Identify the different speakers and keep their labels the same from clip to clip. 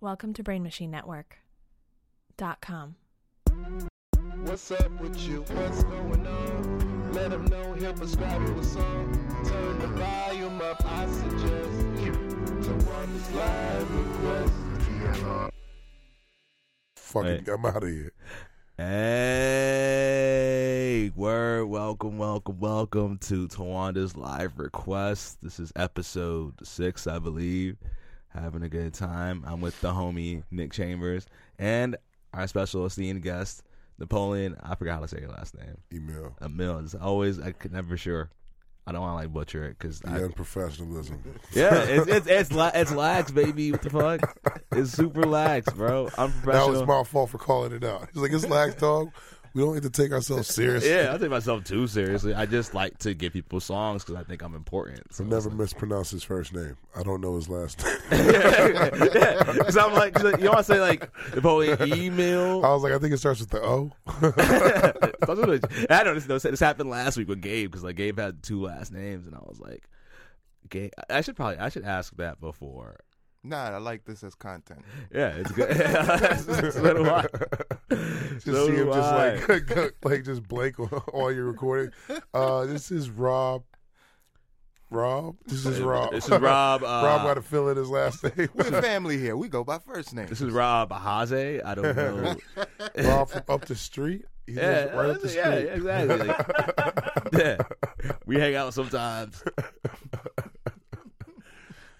Speaker 1: Welcome to Brain Machine Network. dot com.
Speaker 2: What's up with you? What's going on? Let him know he'll prescribe you a song. Turn the volume up, I suggest you to one this live request.
Speaker 3: Fucking,
Speaker 4: Right.
Speaker 3: I'm out of here.
Speaker 4: Hey, word, welcome, welcome, welcome to Tawanda's Live Request. This is episode six, I believe. Having a good time. I'm with the homie Nick Chambers and our special esteemed guest, Napoleon. I forgot how to say your last name.
Speaker 3: Email.
Speaker 4: Emil. It's always, I could never sure. I don't want to like butcher it because
Speaker 3: The unprofessionalism.
Speaker 4: yeah, it's it's it's, la- it's lax, baby. What the fuck? It's super lax, bro. I'm
Speaker 3: That
Speaker 4: professional.
Speaker 3: was my fault for calling it out. He's like, it's lax, dog. We don't need to take ourselves seriously.
Speaker 4: Yeah, I take myself too seriously. I just like to give people songs because I think I'm important. So
Speaker 3: I've never mispronounced his first name. I don't know his last name.
Speaker 4: because I'm like, 'cause you want to say like Napoleon email.
Speaker 3: I was like, I think it starts with the O.
Speaker 4: That's what it- I don't know. This happened last week with Gabe because like Gabe had two last names, and I was like, Gabe. I should probably I should ask that before.
Speaker 5: Nah, I like this as content.
Speaker 4: Yeah, it's good. so do I.
Speaker 3: Just
Speaker 4: So
Speaker 3: see him
Speaker 4: do I.
Speaker 3: just like, go- like just blank on all your recording. Uh, this is Rob. Rob? This is Rob.
Speaker 4: This is Rob. Uh,
Speaker 3: Rob got to fill in his last name.
Speaker 5: We're family here. We go by first name.
Speaker 4: This is Rob Haze. I don't know.
Speaker 3: Rob from up the street. He lives right up the street.
Speaker 4: yeah, exactly. Like, yeah, we hang out sometimes.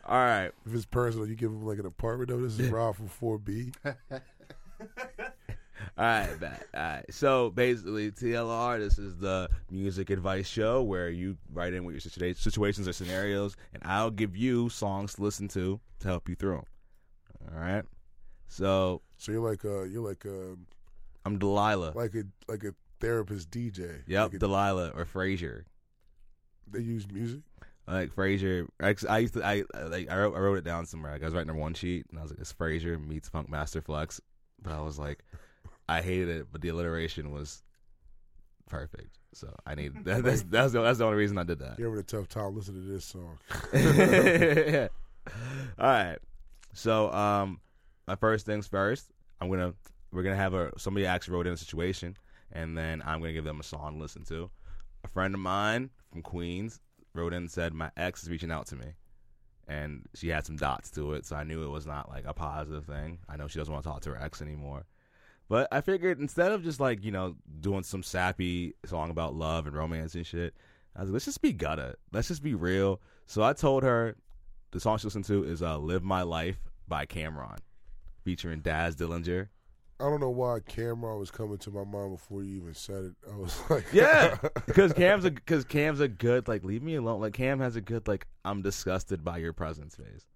Speaker 4: All right,
Speaker 3: If it's personal, you give him like an apartment. though. this is Rob from 4B.
Speaker 4: all right, Matt. all right. So basically, TLR. This is the music advice show where you write in what your situa- situations or scenarios, and I'll give you songs to listen to to help you through them. All right. So
Speaker 3: So you're like uh you're like um
Speaker 4: I'm Delilah.
Speaker 3: like a like a therapist DJ.
Speaker 4: yep,
Speaker 3: Like a-
Speaker 4: Delilah or Frasier.
Speaker 3: they use music.
Speaker 4: Like Frasier, I, I used to I I, like I wrote, I wrote it down somewhere. Like I was writing on one sheet, and I was like, "It's Frasier meets Funk Master Flex," but I was like, I hated it, but the alliteration was perfect. So I need that, that's that's the, that's the only reason I did that.
Speaker 3: You're having a tough time listening to this song.
Speaker 4: Yeah. All right. So um, my first things first. I'm gonna we're gonna have a somebody actually wrote in a situation, and then I'm gonna give them a song to listen to. A friend of mine from Queens wrote in and said my ex is reaching out to me, and she had some dots to it, so I knew it was not like a positive thing. I know she doesn't want to talk to her ex anymore. But I figured instead of just like, you know, doing some sappy song about love and romance and shit, I was like, let's just be gutta. Let's just be real. So I told her the song she listened to is uh, Live My Life by Cameron, featuring Daz Dillinger.
Speaker 3: I don't know why Cameron was coming to my mind before you even said it. I was like,
Speaker 4: Yeah, because Cam's a because Cam's a good like leave me alone. Like Cam has a good like I'm disgusted by your presence phase.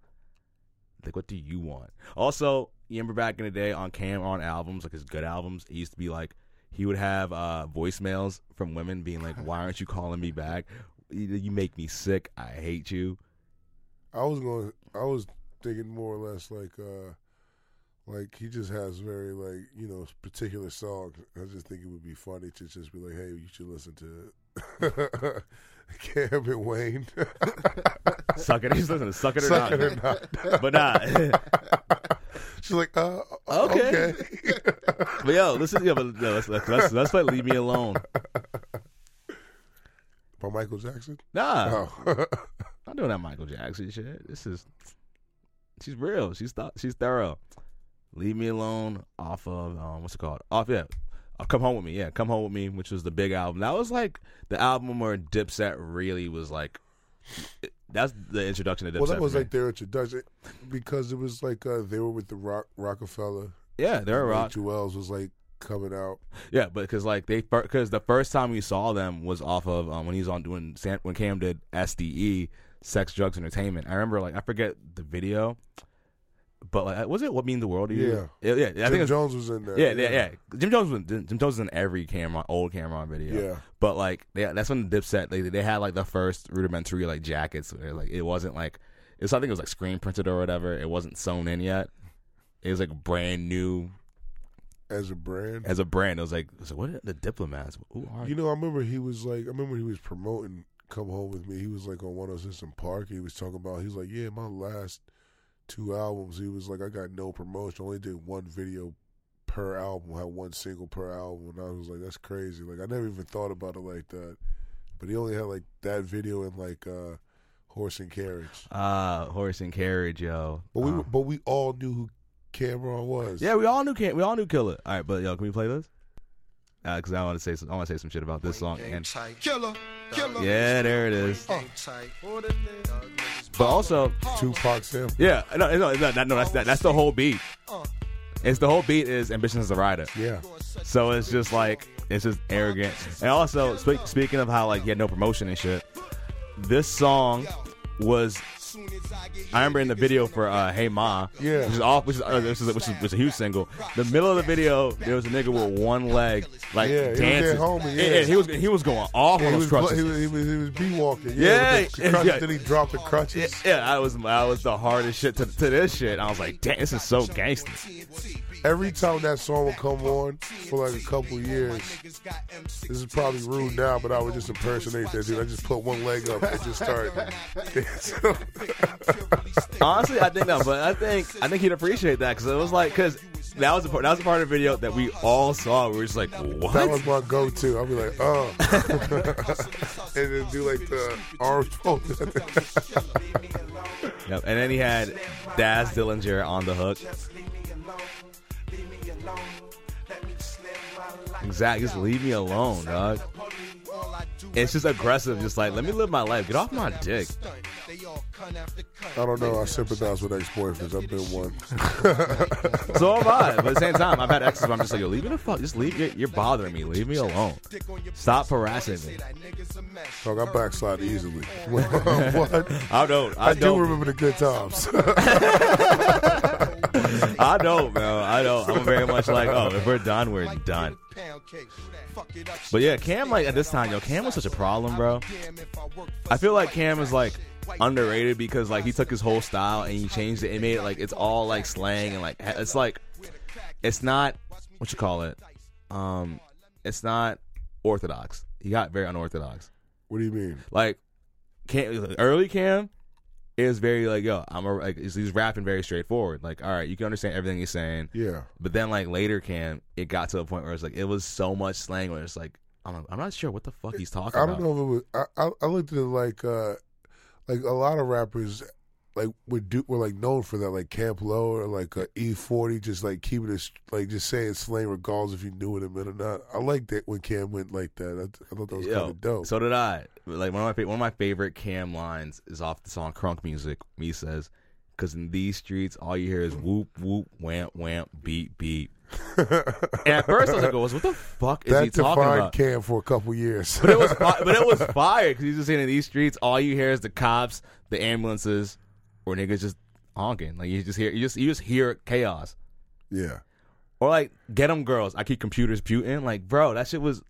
Speaker 4: Like what do you want? Also, you remember back in the day on Cam on albums like his good albums, it used to be like he would have uh voicemails from women being like, "Why aren't you calling me back? You you make me sick. I hate you."
Speaker 3: I was going. I was thinking more or less like, uh like he just has very like you know particular songs. I just think it would be funny to just be like, hey, you should listen to Cam and Wayne.
Speaker 4: Suck it. He's listening. to Suck it or
Speaker 3: Suck
Speaker 4: not.
Speaker 3: it or not.
Speaker 4: But not.
Speaker 3: She's like, uh,
Speaker 4: Okay.
Speaker 3: okay.
Speaker 4: But yo, listen, yeah, but no, let's, let's, let's, let's play Leave Me Alone.
Speaker 3: By Michael Jackson?
Speaker 4: Nah,
Speaker 3: Oh.
Speaker 4: not doing that Michael Jackson shit. This is, she's real. She's th- she's thorough. Leave Me Alone off of, um, what's it called? Off, yeah. Uh, Come Home With Me. Yeah, Come Home With Me, which was the big album. That was like the album where Dipset really was like, it- that's the introduction to Dipset.
Speaker 3: well, that was
Speaker 4: for me.
Speaker 3: like their introduction because it was like uh, they were with the Rock Rockefeller.
Speaker 4: yeah, they're a rock.
Speaker 3: H2Ls was like coming out.
Speaker 4: Yeah, but because like they because the first time we saw them was off of um, when he's on doing Sam, when Cam did SDE, Sex, Drugs, Entertainment. I remember like I forget the video, but like was it What Means the World to You? Yeah, yeah. I
Speaker 3: Jim
Speaker 4: think it was,
Speaker 3: Jones was in there.
Speaker 4: yeah, yeah, yeah. Jim Jones was Jim Jones was in every Cameron old Cameron video.
Speaker 3: Yeah.
Speaker 4: But like they, that's when the Dipset they they had like the first rudimentary like jackets. Where, like it wasn't like it's I think it was like screen printed or whatever. It wasn't sewn in yet. It was like brand new
Speaker 3: As a brand.
Speaker 4: as a brand. It was like, it was like, what are the diplomats? Who are
Speaker 3: you know, I remember he was like, I remember he was promoting Come Home With Me. He was like on 106 in Park. He was talking about, he was like, yeah, my last two albums, he was like, I got no promotion. I only did one video per album, had one single per album. And I was like, that's crazy. Like, I never even thought about it like that. But he only had like that video and like uh, Horse and Carriage.
Speaker 4: Uh, horse and carriage, yo.
Speaker 3: But we
Speaker 4: Uh,
Speaker 3: but we all knew who Cameron was.
Speaker 4: yeah, we all knew can we all knew Killer. All right, but yo, can we play this? Uh, cause I want to say some, I want to say some shit about this song. And
Speaker 5: Killer, killer. Uh.
Speaker 4: yeah, there it is. But also,
Speaker 3: Tupac Sam.
Speaker 4: yeah, no, no, no, no, no that's that, that's the whole beat.
Speaker 5: Uh.
Speaker 4: It's the whole beat is ambition as a rider.
Speaker 3: Yeah.
Speaker 4: So it's just like it's just arrogant. And also spe- speaking of how like he had no promotion and shit, this song was. I remember in the video for uh, "Hey Ma,"
Speaker 3: Yeah.
Speaker 4: which is off, which is, uh, which, is which is which is a huge single. The middle of the video, there was a nigga with one leg, like
Speaker 3: Yeah, he was at
Speaker 4: dancing.
Speaker 3: home,
Speaker 4: And-
Speaker 3: yeah.
Speaker 4: and he was he was going off
Speaker 3: Yeah,
Speaker 4: on
Speaker 3: he,
Speaker 4: those
Speaker 3: was,
Speaker 4: crutches.
Speaker 3: he was he was he was bee walking. Yeah,
Speaker 4: Yeah,
Speaker 3: with the
Speaker 4: yeah.
Speaker 3: crutches. Then he dropped the crutches.
Speaker 4: yeah, I was I was the hardest shit to, to this shit. I was like, damn, this is so gangster.
Speaker 3: Every time that song would come on for like a couple years, this is probably rude now, but I would just impersonate that dude. I just put one leg up and just start dancing.
Speaker 4: Honestly, I think no, but I think I think he'd appreciate that because it was like because that was a part that was a part of the video that we all saw. We were just like,
Speaker 3: that
Speaker 4: what?
Speaker 3: was my go-to. I'd be like, oh, and then do like the arms folded.
Speaker 4: Yep. And then he had Daz Dillinger on the hook. Exactly, just leave me alone, dog. It's just aggressive, just like let me live my life. Get off my dick.
Speaker 3: I don't know. I sympathize with ex-boyfriends. I've been one.
Speaker 4: So am I. But at the same time, I've had exes where I'm just like, yo, leave me the fuck. Just leave. You're, you're bothering me. Leave me alone. Stop harassing me.
Speaker 3: Dog, I backslide easily. what?
Speaker 4: I don't. I,
Speaker 3: I
Speaker 4: don't.
Speaker 3: do remember the good times.
Speaker 4: I don't, bro. I don't. I'm very much like, oh, if we're done, we're done. But yeah, Cam, like, at this time, yo, Cam was such a problem, bro. I feel like Cam is, like, underrated because, like, he took his whole style and he changed it and made it, like, it's all, like, slang and, like, it's, like, it's not, what you call it? Um, it's not orthodox. He got very unorthodox.
Speaker 3: what do you mean?
Speaker 4: Like, Cam, early Cam is very, like, yo, I'm a, like, he's- he's rapping very straightforward. Like, all right, you can understand everything he's saying.
Speaker 3: Yeah.
Speaker 4: But then like later, Cam, it got to a point where it's like it was so much slang where it's like I'm like, I'm not sure what the fuck he's talking
Speaker 3: I don't
Speaker 4: about.
Speaker 3: know if it was. I, I, I looked at it like uh, like a lot of rappers like would do were like known for that, like Camp Low or like uh, E Forty, just like keeping it like just saying slang regardless if you knew what it meant or not. I liked that when Cam went like that. I, I thought that was
Speaker 4: Yo,
Speaker 3: kind of dope.
Speaker 4: So did I. Like one of my fa- one of my favorite Cam lines is off the song Crunk Music. Me says, "Cause in these streets, all you hear is whoop whoop, whamp whamp, beat beat." and at first I was like, "What the fuck is
Speaker 3: that
Speaker 4: he talking
Speaker 3: defined
Speaker 4: about?"
Speaker 3: Cam for a couple years.
Speaker 4: But it was fi- but it was fire because he's just saying in these streets, all you hear is the cops, the ambulances, or niggas just honking. Like you just hear you just you just hear chaos.
Speaker 3: yeah.
Speaker 4: Or like, get them girls. I keep computers putin'. Like, bro, that shit was.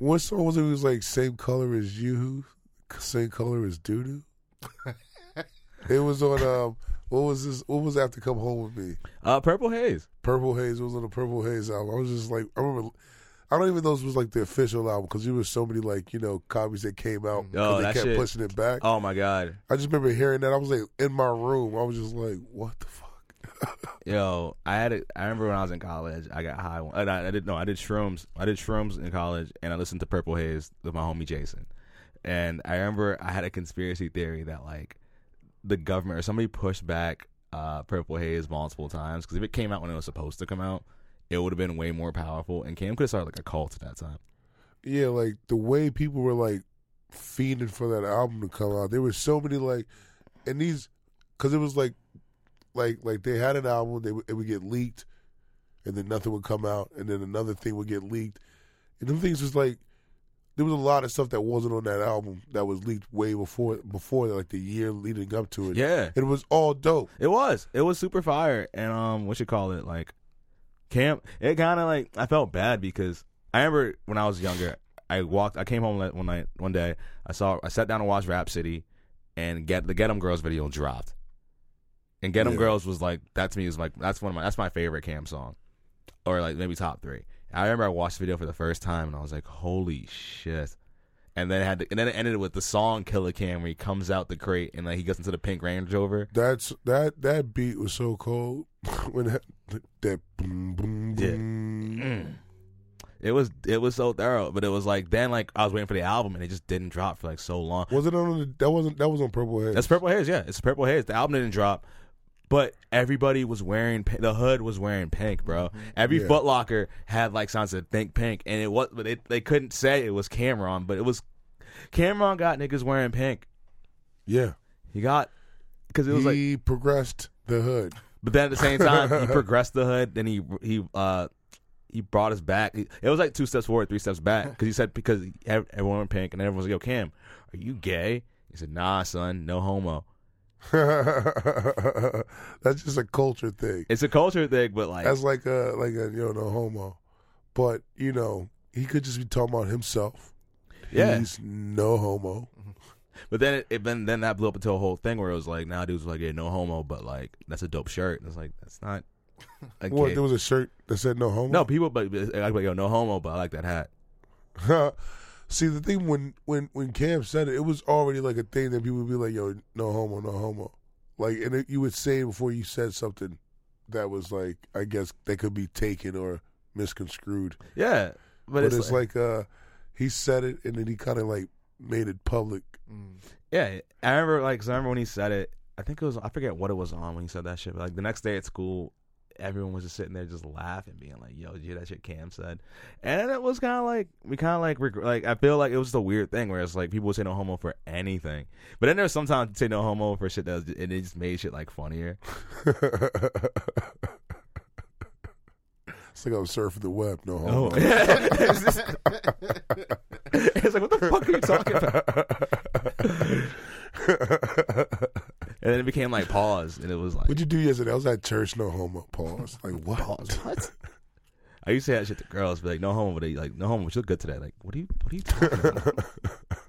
Speaker 3: What song was it? It was like same color as you, same color as doo doo. it was on um. What was this? What was after come home with me?
Speaker 4: Uh, Purple Haze.
Speaker 3: Purple Haze. It was on the Purple Haze album. I was just like, I remember. I don't even know if it was like the official album because there was so many like you know copies that came out because
Speaker 4: Oh,
Speaker 3: they
Speaker 4: that
Speaker 3: kept
Speaker 4: shit-
Speaker 3: pushing it back.
Speaker 4: Oh my god,
Speaker 3: I just remember hearing that. I was like in my room. I was just like, what the fuck?
Speaker 4: yo, I had it. I remember when I was in college, I got high. one- And I, I did no, I did shrooms. I did shrooms in college, and I listened to Purple Haze with my homie Jason. And I remember I had a conspiracy theory that like the government or somebody pushed back uh, Purple Haze multiple times because if it came out when it was supposed to come out, it would have been way more powerful. And Cam could have started like a cult at that time.
Speaker 3: yeah, like the way people were like fiending for that album to come out. There were so many like, and these because it was like, like like they had an album. They would- it would get leaked, and then nothing would come out, and then another thing would get leaked, and them things was like. There was a lot of stuff that wasn't on that album that was leaked way before before like the year leading up to it.
Speaker 4: Yeah.
Speaker 3: it was all dope.
Speaker 4: It was. It was super fire. And um, what you call it? Like, camp. It kind of like I felt bad because I remember when I was younger, I walked. I came home one night, one day. I saw. I sat down and watched Rap City, and get the Get 'Em Girls video dropped. And Get 'Em
Speaker 3: Yeah.
Speaker 4: Girls was like that to me was like that's one of my that's my favorite Cam song, or like maybe top three. I remember I watched the video for the first time and I was like, holy shit. And then it had to, and then it ended with the song Killer Cam where he comes out the crate and like he gets into the pink Range Rover.
Speaker 3: That's that that beat was so cold when that, that boom boom
Speaker 4: Yeah. Mm.
Speaker 3: boom.
Speaker 4: It was it was so thorough, but it was like then like I was waiting for the album and it just didn't drop for like so long.
Speaker 3: Was it on the, that wasn't that was on Purple Haze?
Speaker 4: That's Purple Haze, yeah. It's Purple Haze. The album didn't drop, but everybody was wearing pi- the hood was wearing pink, bro. Every
Speaker 3: Yeah.
Speaker 4: Foot Locker had like signs that think pink, and it was but they they couldn't say it was Cameron, but it was Cameron got niggas wearing pink.
Speaker 3: yeah.
Speaker 4: He got because it was like,
Speaker 3: he progressed the hood.
Speaker 4: but then at the same time he progressed the hood. Then he he uh he brought us back. He- It was like two steps forward, three steps back because he said because ev- everyone went pink and everyone was like, "Yo, Cam, are you gay?" He said, "Nah, son, no homo."
Speaker 3: That's just a culture thing.
Speaker 4: It's a culture thing, but like
Speaker 3: That's like a like a you know no homo, but you know he could just be talking about himself.
Speaker 4: Yeah.
Speaker 3: he's no homo.
Speaker 4: But then it, it then then that blew up into a whole thing where it was like, now dudes was like, yeah, no homo, but like that's a dope shirt. And it's like that's not. Like,
Speaker 3: What
Speaker 4: yeah.
Speaker 3: there was a shirt that said no homo.
Speaker 4: no people, but but I was like, yo, no homo, but I like that hat.
Speaker 3: See the thing when when when Cam said it, it was already like a thing that people would be like, "Yo, no homo, no homo," like, and it, you would say it before you said something that was like, I guess that could be taken or misconstrued.
Speaker 4: Yeah, but,
Speaker 3: But, it's, like, uh, he said it and then he kind of like made it public.
Speaker 5: Mm,
Speaker 4: yeah. I remember like 'cause I remember when he said it. I think it was I forget what it was on when he said that shit. But like the next day at school, everyone was just sitting there just laughing, being like, yo, did you hear that shit Cam said? And it was kind of like we kind of like reg- like I feel like it was just a weird thing where it's like people would say no homo for anything, but then there's sometimes say no homo for shit that was, and it just made shit like funnier.
Speaker 3: it's like I'm surfing the web, no homo.
Speaker 4: Oh. it's, just- it's like, what the fuck are you talking about? And then it became like pause, and it was like,
Speaker 3: What'd you do yesterday? I was at church, no homo. Pause. Like what?
Speaker 4: pause. What? I used to say that shit to girls, be like, no homo, but they like, no homo, but you look good today. Like, what are you, what are you talking about?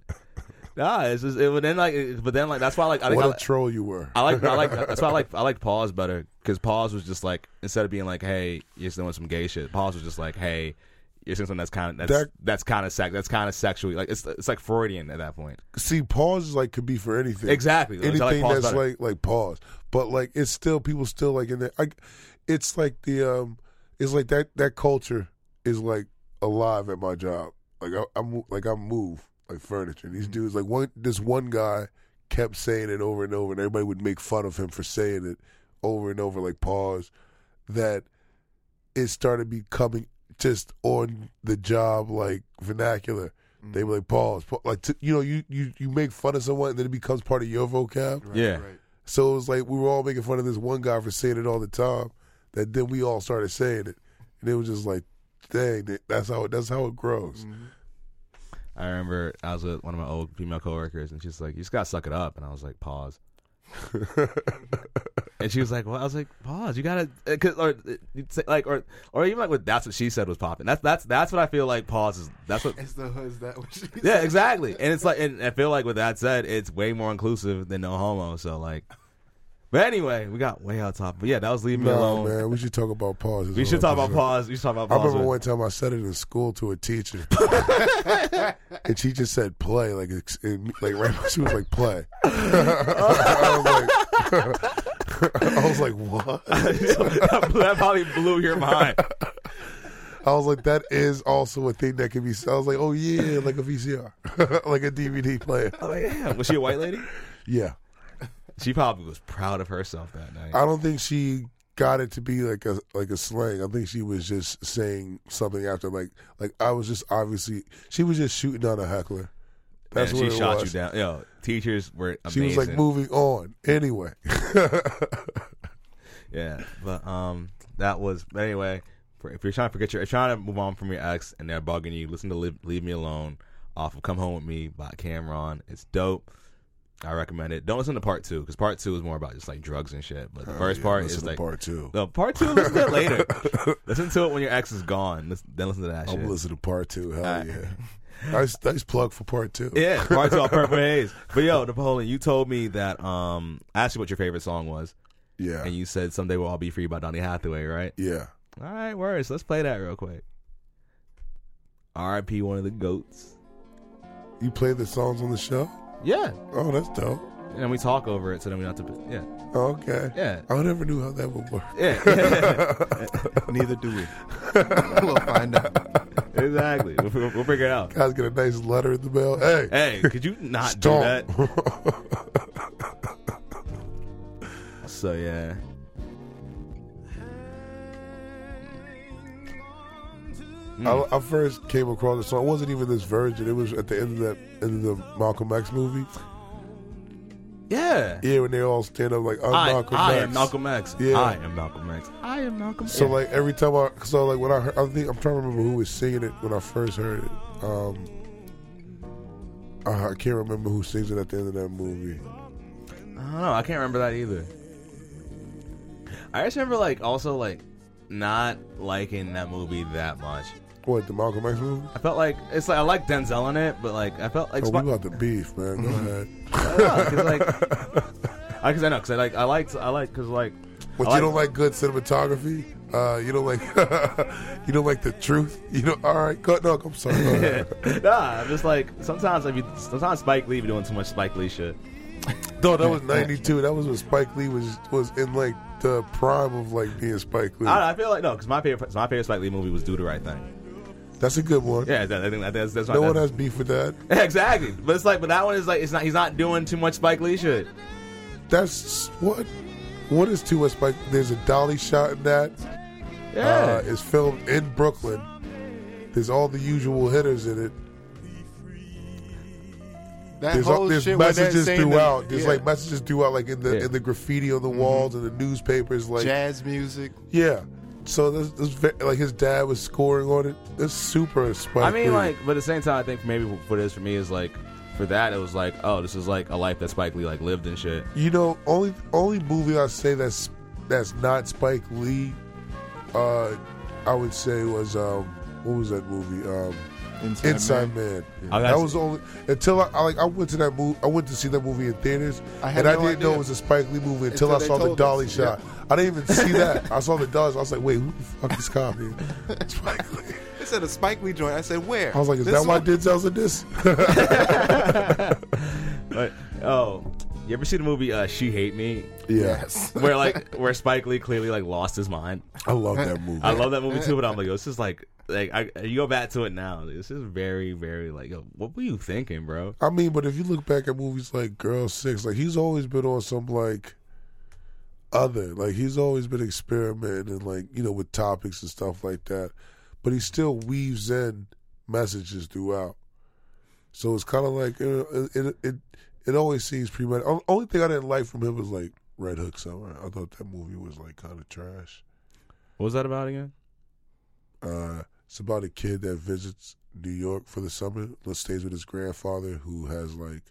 Speaker 4: nah, it's just, it would then like, it- but then like, that's why like, I think
Speaker 3: what
Speaker 4: I,
Speaker 3: a troll you were.
Speaker 4: I like, I like, that's why I like, I like pause better because pause was just like, instead of being like, hey, you're doing some gay shit, pause was just like, hey, you're doing something that's kind of that's
Speaker 3: That-
Speaker 4: that's kind of sex, that's kind of sexually like it's it's like Freudian at that point.
Speaker 3: See, pause is like could be for anything.
Speaker 4: Exactly. So I like
Speaker 3: Anything
Speaker 4: pause
Speaker 3: that's
Speaker 4: better.
Speaker 3: like like pause, but like it's still people still like in there. Like it's like the um, it's like that that culture is like alive at my job. Like I, I mo- like I move like furniture.
Speaker 4: Mm-hmm.
Speaker 3: These dudes like one this one guy kept saying it over and over, and everybody would make fun of him for saying it over and over. Like pause that it started becoming just on the job like vernacular. They were like pause, pa- like t- you know, you, you you make fun of someone, and then it becomes part of your vocab.
Speaker 5: Right,
Speaker 4: Yeah.
Speaker 5: Right.
Speaker 3: So it was like we were all making fun of this one guy for saying it all the time. That then we all started saying it, and it was just like, dang, that- that's how it, that's how it grows.
Speaker 5: Mm-hmm.
Speaker 4: I remember I was with one of my old female coworkers, and she's like, "You just gotta suck it up," and I was like, "Pause." and she was like, "Well," I was like, "Pause. You gotta, uh, cause, or uh, you'd say- like, or or even like what that's what she said was popping. That's that's that's what I feel like. Pause is that's what."
Speaker 5: It's the hoods that was.
Speaker 4: Yeah, exactly. And it's like, and I feel like with that said, it's way more inclusive than no homo. So like, but anyway, we got way out top. But yeah, that was leave me
Speaker 3: No
Speaker 4: alone.
Speaker 3: man, we should talk about pauses.
Speaker 4: We should talk about pause. We should talk about
Speaker 3: I
Speaker 4: pause.
Speaker 3: remember
Speaker 4: with-
Speaker 3: one time I said it in school to a teacher, and she just said play, like ex- and, like right. She was like play. I was like, I was like what?
Speaker 4: that probably blew your mind.
Speaker 3: I was like that is also a thing that can be. I was like oh yeah, like a VCR, like a DVD player.
Speaker 4: Oh yeah, was she a white lady?
Speaker 3: Yeah,
Speaker 4: She probably was proud of herself that night.
Speaker 3: I don't think she got it to be like a like a slang. I think she was just saying something after like like I was just obviously she was just shooting on a heckler. That's
Speaker 4: and
Speaker 3: what
Speaker 4: she
Speaker 3: it
Speaker 4: shot
Speaker 3: was.
Speaker 4: you down. Yo, teachers were
Speaker 3: She
Speaker 4: amazing.
Speaker 3: was like moving on anyway.
Speaker 4: yeah, but um, that was but anyway. for- If you're trying to forget your, if you're trying to move on from your ex and they're bugging you, listen to "Leave, Leave Me Alone" off of "Come Home with Me" by Cameron. It's dope. I recommend it. Don't listen to part two because part two is more about just like drugs and shit. But the first part
Speaker 3: Oh, Listen
Speaker 4: is
Speaker 3: to
Speaker 4: like
Speaker 3: part two.
Speaker 4: no part two. Listen to it later. listen to it when your ex is gone. Listen, then listen to that
Speaker 3: I'm
Speaker 4: shit.
Speaker 3: gonna listen to part two. Hell yeah. Nice, nice plug for part two.
Speaker 4: Yeah, Mark's all purple haze. But yo, Napoleon, you told me that um I asked you what your favorite song was,
Speaker 3: Yeah.
Speaker 4: and you said someday we'll all be free by Donny Hathaway, right?
Speaker 3: yeah.
Speaker 4: All right, words. Let's play that real quick. R.I.P. One of the goats.
Speaker 3: You play the songs on the show?
Speaker 4: Yeah,
Speaker 3: Oh, that's dope.
Speaker 4: and then we talk over it, so then we don't have to. Yeah,
Speaker 3: Okay.
Speaker 4: yeah,
Speaker 3: I never knew how that would work.
Speaker 4: yeah.
Speaker 5: Neither do we. we'll find out.
Speaker 4: exactly. We'll, we'll, we'll figure it out.
Speaker 3: Guys get a nice letter in the mail. Hey,
Speaker 4: Hey, could you not
Speaker 3: stomp.
Speaker 4: do Hmm. that? So yeah.
Speaker 3: I, I first came across the song. It wasn't even this virgin. It was at the end of that end of the Malcolm X movie.
Speaker 4: Yeah.
Speaker 3: Yeah, when they all stand up like I'm
Speaker 4: I,
Speaker 3: Malcolm
Speaker 4: I
Speaker 3: X.
Speaker 4: am Malcolm X.
Speaker 3: Yeah.
Speaker 4: I am Malcolm X. I am Malcolm
Speaker 3: So like every time I so like when I heard, I think I'm trying to remember who was singing it when I first heard it. Um, I, I can't remember who sings it at the end of that movie.
Speaker 4: I don't know. I can't remember that either. I just remember like also like not liking that movie that much.
Speaker 3: What the Malcolm X movie?
Speaker 4: I felt like it's like I like Denzel in it, but like I felt like
Speaker 3: Oh,
Speaker 4: Spi-
Speaker 3: we about to beef, man.
Speaker 4: Mm-hmm.
Speaker 3: Go ahead.
Speaker 4: Yeah, 'cause, like I cause I know because I like I liked I like because like
Speaker 3: But
Speaker 4: I
Speaker 3: you don't like good cinematography. Uh, you don't like you don't like the truth. You don't. All right, go, no, I'm sorry. Go ahead.
Speaker 4: nah I'm just like sometimes if you sometimes Spike Lee be doing too much Spike Lee shit
Speaker 3: No, that was '92. That was when Spike Lee was was in like the prime of like being Spike Lee.
Speaker 4: I, I feel like no because my favorite my favorite Spike Lee movie was Do the Right Thing
Speaker 3: That's a good one.
Speaker 4: yeah that, I think that, that's that's my
Speaker 3: No one
Speaker 4: that's-
Speaker 3: has beef with that.
Speaker 4: exactly but it's like but that one is like it's not he's not doing too much Spike Lee shit
Speaker 3: That's what. What is too much Spike? There's a dolly shot in that.
Speaker 4: yeah
Speaker 3: Uh, it's filmed in Brooklyn. There's all the usual hitters in it.
Speaker 5: That
Speaker 3: There's,
Speaker 5: whole
Speaker 3: all, there's
Speaker 5: shit with that
Speaker 3: messages
Speaker 5: saying that-
Speaker 3: throughout. there's
Speaker 5: yeah,
Speaker 3: like messages throughout, like in the
Speaker 4: Yeah.
Speaker 3: in the graffiti on the walls and the newspapers. Like
Speaker 5: jazz music.
Speaker 3: yeah. So this, this ve- like his dad was scoring on it. That's super Spike.
Speaker 4: I mean
Speaker 3: Lee.
Speaker 4: like but at the same time I think maybe what it is for me is like for that it was like oh this is like a life that Spike Lee like lived and shit
Speaker 3: You know, only only movie I say that's that's not Spike Lee. Uh, I would say was um, what was that movie? Um,
Speaker 5: Inside,
Speaker 3: Inside
Speaker 5: Man.
Speaker 3: Man.
Speaker 4: Oh,
Speaker 3: that
Speaker 4: that's-
Speaker 3: was the only until I, I like I went to that movie. I went to see that movie in theaters,
Speaker 5: I had
Speaker 3: and I
Speaker 5: no
Speaker 3: didn't know
Speaker 5: idea.
Speaker 3: it was a Spike Lee movie until,
Speaker 5: Until
Speaker 3: I
Speaker 5: they
Speaker 3: saw the
Speaker 5: told
Speaker 3: dolly
Speaker 5: us.
Speaker 3: shot. I didn't even see that. I saw the dolly. shot. I was like, wait, who the fuck is copying Spike Lee?
Speaker 5: It said a Spike Lee joint. I said where?
Speaker 3: I was like, is
Speaker 5: This
Speaker 3: that why
Speaker 5: one?
Speaker 3: Denzel's in this?
Speaker 4: But oh, you ever see the movie uh, She Hate Me,
Speaker 5: Yes.
Speaker 4: where like where Spike Lee clearly like lost his mind?
Speaker 3: I love that movie.
Speaker 4: I love that movie too, but I'm like, yo, this is like like I, you go back to it now. like, this is very very like, yo, what were you thinking, bro?
Speaker 3: I mean, but if you look back at movies like Girl Six, like he's always been on some like other, like he's always been experimenting and like you know with topics and stuff like that, but he still weaves in messages throughout. So it's kind of like it it, it it always seems premeditated. Only thing I didn't like from him was like Red Hook Summer. I thought that movie was like kind of trash.
Speaker 4: What was that about again?
Speaker 3: Uh, it's about a kid that visits New York for the summer, but stays with his grandfather who has like,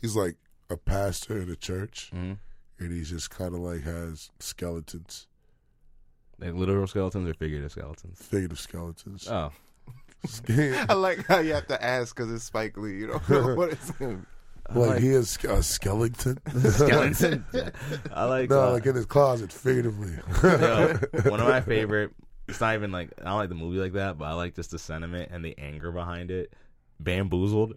Speaker 3: he's like a pastor in a church,
Speaker 4: Mm-hmm.
Speaker 3: and he's just kind of like has skeletons,
Speaker 4: Like literal skeletons or figurative skeletons?
Speaker 3: figurative skeletons.
Speaker 4: Oh,
Speaker 5: I like how you have to ask because it's Spike Lee. You don't know what it's him.
Speaker 3: like, he is a skeleton.
Speaker 4: skeleton. I like
Speaker 3: no,
Speaker 4: uh,
Speaker 3: like in his closet, figuratively.
Speaker 4: Yo, one of my favorite. It's not even like I don't like the movie like that, but I like just the sentiment and the anger behind it. Bamboozled.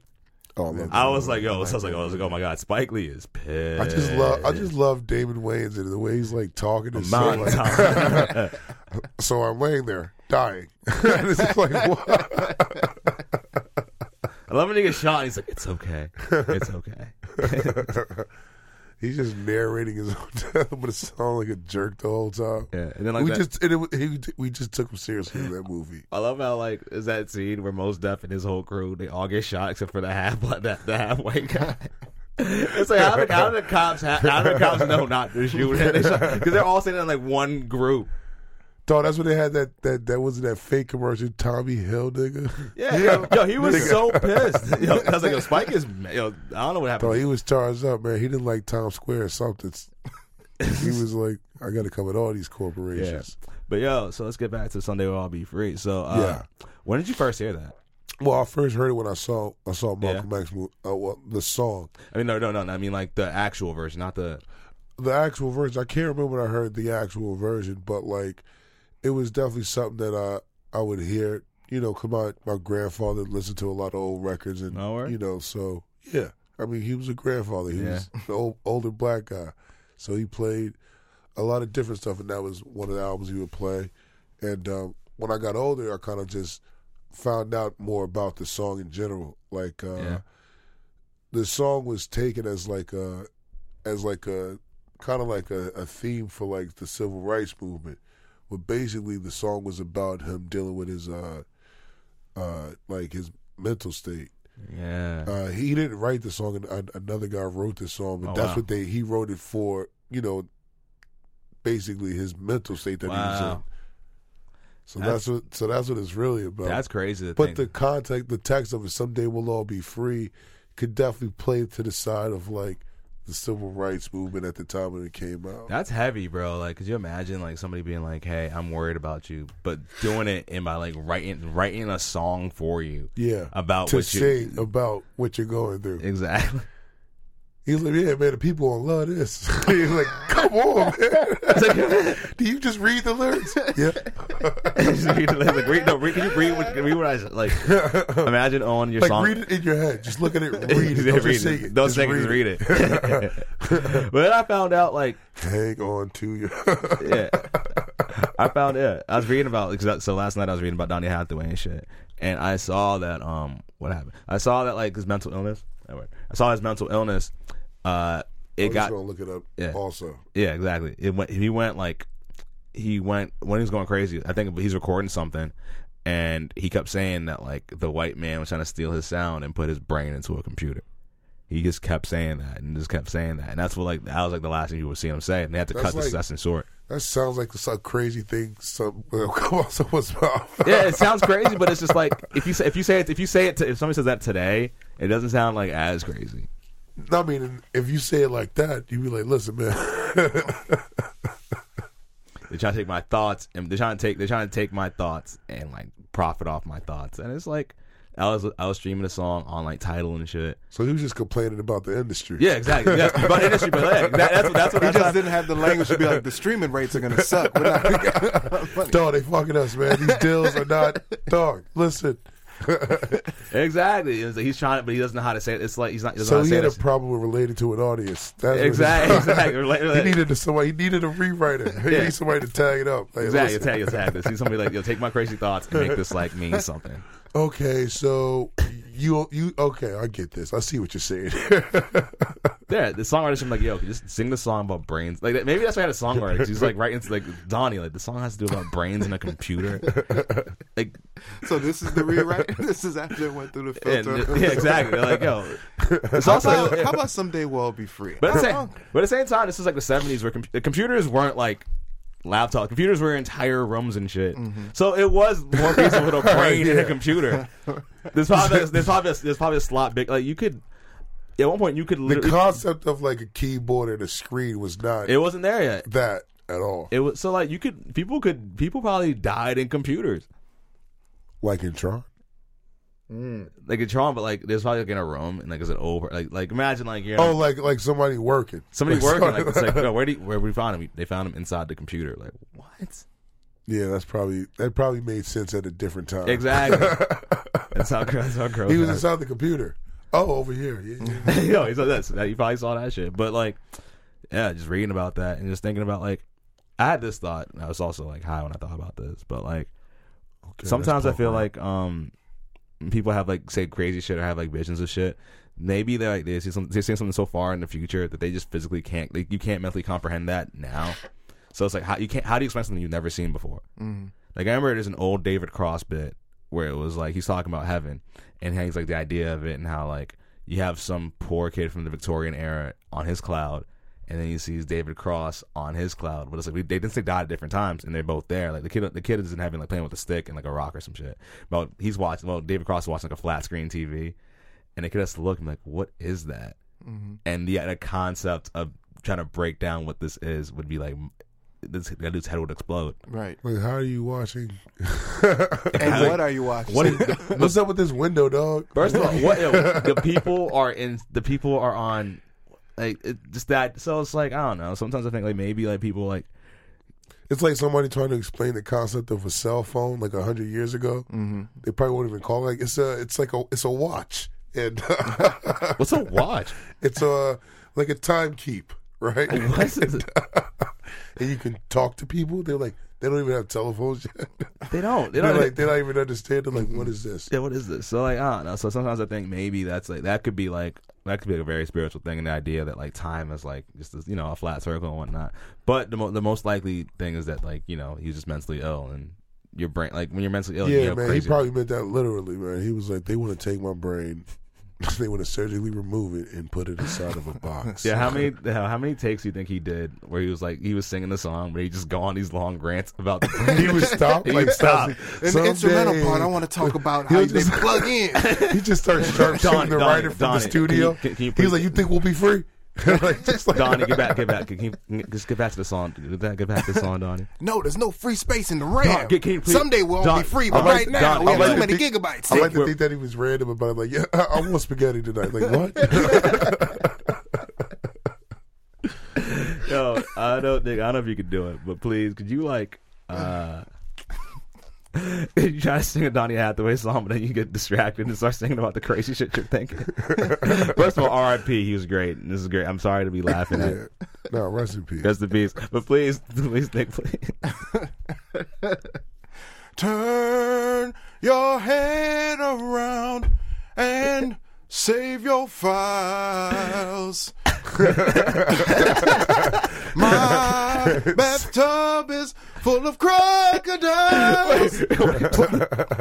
Speaker 3: oh, I, love
Speaker 4: I was like, yo, so I was like, I was like, oh my god, Spike Lee is pissed.
Speaker 3: I just love, I just love David Wayans and the way he's like talking to so,
Speaker 4: Mountain
Speaker 3: like,
Speaker 4: Top.
Speaker 3: so I'm laying there dying. it's just like what?
Speaker 4: I love when he gets shot. And he's like, it's okay, it's okay.
Speaker 3: He's just narrating his own death, but it sounded like a jerk the whole time.
Speaker 4: Yeah, and then like
Speaker 3: we
Speaker 4: that,
Speaker 3: just and it, was- he, we just took him seriously in that movie.
Speaker 4: I love how like is that scene where Mos Def and his whole crew they all get shot except for the half black that the half white guy. It's like how did, how did the cops how, how did the cops know not to shoot because they are all sitting in like one group.
Speaker 3: Dog, that's when they had that that that was that fake commercial, Tommy Hill nigga.
Speaker 4: Yeah, yo, yo, he was so pissed. Yo, I was like, yo, Spike is. Yo, I don't know what happened.
Speaker 3: Dog, he was charged up, man. He didn't like Times Square or something. He was like, I got to come at all these
Speaker 4: Yeah.
Speaker 3: corporations.
Speaker 4: But yo, so let's get back to Sunday We'll All Be Free. So, uh, when did you first hear that?
Speaker 3: Well, I first heard it when I saw I saw Malcolm
Speaker 4: Yeah.
Speaker 3: X movie, uh, well, the song,
Speaker 4: I mean, no, no, no. no, I mean, like the actual version, not the.
Speaker 3: the actual version. I can't remember when I heard the actual version, but like, it was definitely something that I I would hear you know, come out. My grandfather listened to a lot of old records, and
Speaker 4: Oh, word?
Speaker 3: you know, so yeah. I mean, he was a grandfather. He
Speaker 4: Yeah.
Speaker 3: was the old, older black guy, so he played a lot of different stuff, and that was one of the albums he would play. And um, when I got older, I kind of just found out more about the song in general. Like uh,
Speaker 4: Yeah.
Speaker 3: the song was taken as like a as like a kind of like a, a theme for like the civil rights movement. But basically, the song was about him dealing with his uh uh like his mental state.
Speaker 4: Yeah.
Speaker 3: Uh, he didn't write the song, and an- another guy wrote the song, but
Speaker 4: Oh,
Speaker 3: that's
Speaker 4: wow.
Speaker 3: what they he wrote it for. You know, basically his mental state that he was
Speaker 4: Wow.
Speaker 3: in. So
Speaker 4: That's-
Speaker 3: that's, what so that's what it's really about.
Speaker 4: That's crazy. To
Speaker 3: but
Speaker 4: think.
Speaker 3: uh, the context, the text of it, someday we'll all be free, could definitely play to the side of like the civil rights movement at the time when it came out.
Speaker 4: That's heavy, bro. Like, could you imagine like somebody being like, "Hey, I'm worried about you," but doing it and by like writing writing a song for you
Speaker 3: yeah,
Speaker 4: about
Speaker 3: to
Speaker 4: what you
Speaker 3: sing about what you're going through.
Speaker 4: exactly.
Speaker 3: He's like, yeah, man, the people won't love this. He's like, come on, man. Do you just read the lyrics? yeah.
Speaker 4: like, read, no, read, can you read what, read what I s- like? Imagine on your
Speaker 3: like,
Speaker 4: song.
Speaker 3: read it in your head. Just look at it, read it. Don't just sing it.
Speaker 4: Don't
Speaker 3: Just
Speaker 4: sing it, just read it. but then I found out like
Speaker 3: Hang on to you.
Speaker 4: yeah. I found it. I was reading about 'cause that- so last night I was reading about Donny Hathaway and shit, and I saw that um what happened. I saw that like his mental illness. that word. I saw his mental illness. Uh, it
Speaker 3: I'm just
Speaker 4: got
Speaker 3: gonna look it up.
Speaker 4: Yeah.
Speaker 3: Also,
Speaker 4: yeah exactly. It went. He went like he went when he was going crazy. I think he's recording something, and he kept saying that like the white man was trying to steal his sound and put his brain into a computer. He just kept saying that and just kept saying that, and that's what like that was like the last thing you would see him say. And they had to
Speaker 3: That's
Speaker 4: cut the
Speaker 3: like-
Speaker 4: session short.
Speaker 3: that sounds like some crazy thing. Some will come out someone's mouth.
Speaker 4: yeah, it sounds crazy, but it's just like if you say if you say it if you say it to, if somebody says that today, it doesn't sound like as crazy.
Speaker 3: I mean, if you say it like that, you be like, listen, man.
Speaker 4: They're trying to take my thoughts and they're trying to take they're trying to take my thoughts and like profit off my thoughts, and it's like I was I was streaming a song on like title and shit.
Speaker 3: so he was just complaining about the industry.
Speaker 4: Yeah, exactly. Yeah, about industry, but yeah, that, that's what that's what
Speaker 5: He
Speaker 4: I
Speaker 5: just
Speaker 4: tried-
Speaker 5: didn't have the language to be like the streaming rates are gonna suck. We're not- Funny.
Speaker 3: Dog, they fucking us, man. These deals are not. Dog, listen.
Speaker 4: exactly. It was like he's trying, but he doesn't know how to say it. It's like he's not. He doesn't
Speaker 3: So
Speaker 4: know how to
Speaker 3: he
Speaker 4: say
Speaker 3: had a
Speaker 4: this.
Speaker 3: problem with relating to an audience. That's what it-
Speaker 4: Exactly, exactly. Relate-
Speaker 3: he
Speaker 4: relate-
Speaker 3: needed a, somebody. He needed a rewriter. He
Speaker 4: Yeah.
Speaker 3: needed somebody to tag it up. Like,
Speaker 4: Exactly,
Speaker 3: listen,
Speaker 4: you'll tag, you'll tag this. See somebody like, you'll take my crazy thoughts and make this like mean something.
Speaker 3: Okay, so you you okay? I get this. I see what you're saying.
Speaker 4: Yeah, the songwriter should be like, yo, can you just sing the song about brains. Like that- maybe that's why I had a songwriter. 'cause He's like writing like Donnie, like the song has to do about brains and a computer. Like
Speaker 5: So this is the rewrite. this is after it went through the
Speaker 4: and,
Speaker 5: filter.
Speaker 4: yeah, exactly. They're like, yo, it's
Speaker 5: How
Speaker 4: also.
Speaker 5: about, how about someday we'll all be free?
Speaker 4: but, at the same, but at the same time, this is like the '70s where com- the computers weren't like laptops. Computers were entire rooms and shit. So it was more reasonable with a brain and a computer. There's probably there's probably a, there's probably a slot big like you could. At one point, you could
Speaker 3: the
Speaker 4: literally.
Speaker 3: concept of like a keyboard and a screen was not
Speaker 4: it wasn't there yet.
Speaker 3: that at all.
Speaker 4: It was so like you could people could people probably died in computers
Speaker 3: like in Tron.
Speaker 4: like in Tron, but like there's probably like in a room and like it's an over like like imagine like you
Speaker 3: Oh,
Speaker 4: know
Speaker 3: like like somebody working.
Speaker 4: somebody
Speaker 3: Like,
Speaker 4: working
Speaker 3: sorry.
Speaker 4: like it's like no, where do you, where we found him they found him inside the computer like what
Speaker 3: yeah, that's probably that probably made sense at a different time.
Speaker 4: exactly that's how that's how
Speaker 3: Oh.
Speaker 4: girls
Speaker 3: He was inside the computer. Oh, over here. Yeah, yeah.
Speaker 4: yo he saw that so that you probably saw that shit but like yeah just reading about that and just thinking about like I had this thought and I was also like high when I thought about this but like
Speaker 3: Okay,
Speaker 4: sometimes I
Speaker 3: that's
Speaker 4: feel
Speaker 3: proper.
Speaker 4: like um people have like say crazy shit or have like visions of shit. Maybe they're like they see some they see something so far in the future that they just physically can't like you can't mentally comprehend that now. So it's like how you can't how do you explain something you've never seen before? Like I remember there's an old David Cross bit where it was like he's talking about heaven and how he's like the idea of it and how like you have some poor kid from the Victorian era on his cloud and then he sees David Cross on his cloud. But it's like we, they didn't say died at different times, and they're both there. Like the kid, the kid is in heaven, like playing with a stick and like a rock or some shit. But he's watching. Well, David Cross is watching like a flat screen TV, and the kid has to look and be like, "What is that?" And the, the concept of trying to break down what this is would be like. This, that dude's head would explode.
Speaker 5: right.
Speaker 3: Like, how are you watching?
Speaker 5: And
Speaker 4: Like,
Speaker 5: what are you watching?
Speaker 4: What is
Speaker 3: What's up with this window, dog?
Speaker 4: First of all, what yo, the people are in the people are on like it, just that. So it's like I don't know. Sometimes I think like maybe like people like
Speaker 3: It's like somebody trying to explain the concept of a cell phone like hundred years ago. Mm-hmm. They probably wouldn't even call it. Like, it's a, it's like a, it's a watch, and
Speaker 4: What's a watch?
Speaker 3: it's a like a time keep, right?
Speaker 4: What's it?
Speaker 3: and you can talk to people. They're like, they don't even have telephones yet.
Speaker 4: They don't. They
Speaker 3: They're
Speaker 4: don't.
Speaker 3: like, they don't even understanding. Like, what is this?
Speaker 4: yeah, what is this? So like, I don't know. So sometimes I think maybe that's like that could be like that could be a very spiritual thing, and the idea that like time is like just this, you know a flat circle and whatnot. But the mo- the most likely thing is that like you know he's just mentally ill, and your brain like when you're mentally ill, you
Speaker 3: Yeah,
Speaker 4: go
Speaker 3: man,
Speaker 4: crazy.
Speaker 3: he probably meant that literally, man. He was like, they want to take my brain, they want to surgically remove it and put it inside of a box.
Speaker 4: yeah, how many how how many takes do you think he did where he was like he was singing the song, but he just go on these long rants about the
Speaker 3: He would stop.
Speaker 4: He
Speaker 3: like,
Speaker 4: would stop.
Speaker 5: In the
Speaker 3: someday-
Speaker 5: instrumental part, I want to talk about how
Speaker 3: He'll
Speaker 5: they
Speaker 3: just-
Speaker 5: plug in.
Speaker 3: He just starts sharp shooting
Speaker 4: Donnie,
Speaker 3: the
Speaker 4: Donnie,
Speaker 3: writer from
Speaker 4: Donnie,
Speaker 3: the
Speaker 4: can
Speaker 3: studio.
Speaker 4: you- can- can you
Speaker 3: He's
Speaker 4: please-
Speaker 3: like, you think we'll be free? like, just like,
Speaker 4: Donnie, get back, get back, can you, can you- just get back to the song, get back, get back to the song, Donnie.
Speaker 5: No, there's no free space in the RAM.
Speaker 4: Don, can- can you please-
Speaker 5: Someday we'll all
Speaker 4: Don,
Speaker 5: be free, but
Speaker 4: I like-
Speaker 5: right now
Speaker 4: Don,
Speaker 5: we
Speaker 4: I
Speaker 5: have
Speaker 4: like
Speaker 5: too
Speaker 4: to
Speaker 5: many
Speaker 3: think-
Speaker 5: gigabytes.
Speaker 3: I like to think that he was random about it. Like, yeah, I, I want spaghetti tonight. Like, what?
Speaker 4: Yo, I don't think I don't know if you could do it, but please, could you like uh you try to sing a Donny Hathaway song, but then you get distracted and start singing about the crazy shit you're thinking. First of all, RIP, he was great. and This is great. I'm sorry to be laughing at
Speaker 3: yeah. No, rest in peace.
Speaker 4: Rest in peace. But please, please, Nick, please.
Speaker 5: Turn your head around and save your files. My bathtub is full of crocodiles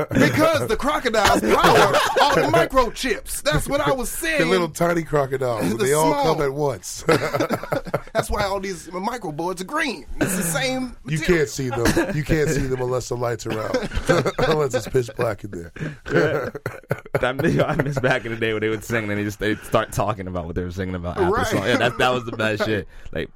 Speaker 5: because the crocodiles power all the microchips. That's what I was
Speaker 3: The
Speaker 5: saying.
Speaker 3: little tiny crocodiles.
Speaker 5: The
Speaker 3: they all
Speaker 5: small-
Speaker 3: come at once.
Speaker 5: That's why all these microboards are green. It's the same.
Speaker 3: You
Speaker 5: material.
Speaker 3: can't see them. You can't see them unless the lights are out. unless it's pitch black in there.
Speaker 4: I miss, I miss back in the day when they would sing and they just they start talking about what they were singing about after the
Speaker 5: Right.
Speaker 4: song. Yeah, that that was the best shit. Like,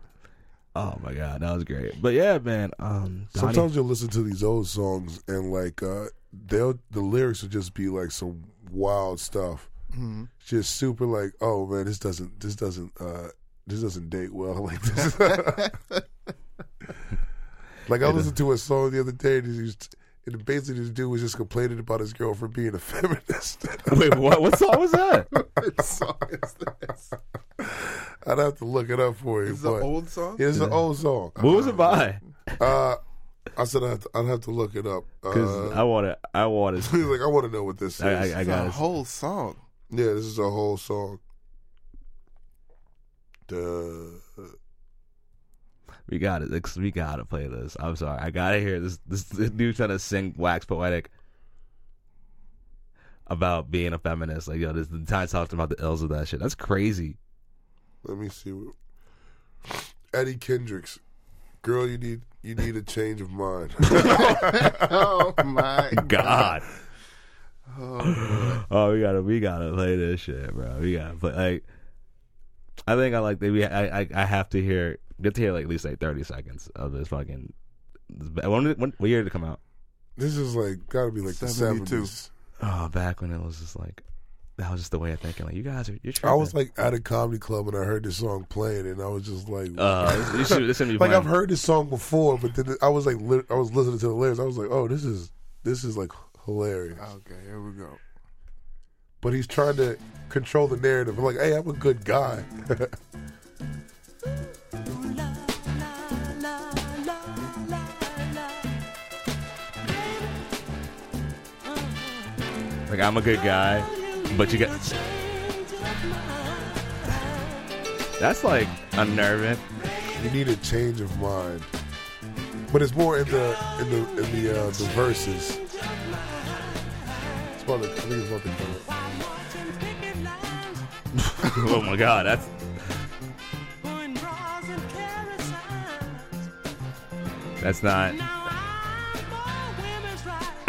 Speaker 4: oh my god, that was great. But yeah, man. Um, Donny,
Speaker 3: Sometimes you'll listen to these old songs and like uh they'll the lyrics will just be like some wild stuff.
Speaker 5: Mm-hmm.
Speaker 3: Just super like, oh man, this doesn't this doesn't uh this doesn't date well like this. like I listened to a song the other day and he was and basically this dude was just complaining about his girlfriend being a feminist.
Speaker 4: wait, what? What song was that?
Speaker 5: What song is this?
Speaker 3: I'd have to look it up for you.
Speaker 5: Is it
Speaker 3: but
Speaker 5: an old song?
Speaker 3: It's an old song.
Speaker 4: What was it by?
Speaker 3: Uh, I said I'd have to, I'd have to look it up.
Speaker 4: Because
Speaker 3: Uh,
Speaker 4: I want to. I want to.
Speaker 3: he's like, I want to know what this is.
Speaker 4: I, I, I
Speaker 5: It's
Speaker 4: got
Speaker 5: a
Speaker 4: it.
Speaker 5: whole song.
Speaker 3: yeah, this is a whole song. Duh.
Speaker 4: We got it. Like, We got to play this. I'm sorry. I gotta hear this. This dude trying to sing wax poetic about being a feminist. Like, yo, this the time talking about the ills of that shit. That's crazy.
Speaker 3: Let me see. what- Eddie Kendricks, girl, you need you need a change of mind.
Speaker 5: Oh my
Speaker 4: God. oh, we gotta, we gotta play this shit, bro. We gotta play. Like, I think I like that. We, I, I, I have to hear, get to hear like at least like thirty seconds of this fucking. When, did- when, what year did it come out?
Speaker 3: this is like gotta be like the
Speaker 5: 72.
Speaker 3: seventies.
Speaker 4: Oh, back when it was just like, that was just the way of thinking. Like, you guys are, you're.
Speaker 3: I was
Speaker 4: tripping.
Speaker 3: like at a comedy club and I heard this song playing and I was just like,
Speaker 4: uh, this, this, should, this should be
Speaker 3: like
Speaker 4: fun.
Speaker 3: I've heard this song before, but then I was like, lit- I was listening to the lyrics. I was like, oh, this is this is like hilarious.
Speaker 5: Okay, here we go.
Speaker 3: but he's trying to control the narrative. Like, hey, I'm a good guy.
Speaker 4: Like, I'm a good guy, but you got. That's like unnerving.
Speaker 3: you need a change of mind. But it's more in the in the in the uh, the verses. It's about the, I think it's about the
Speaker 4: oh my god, that's that's not.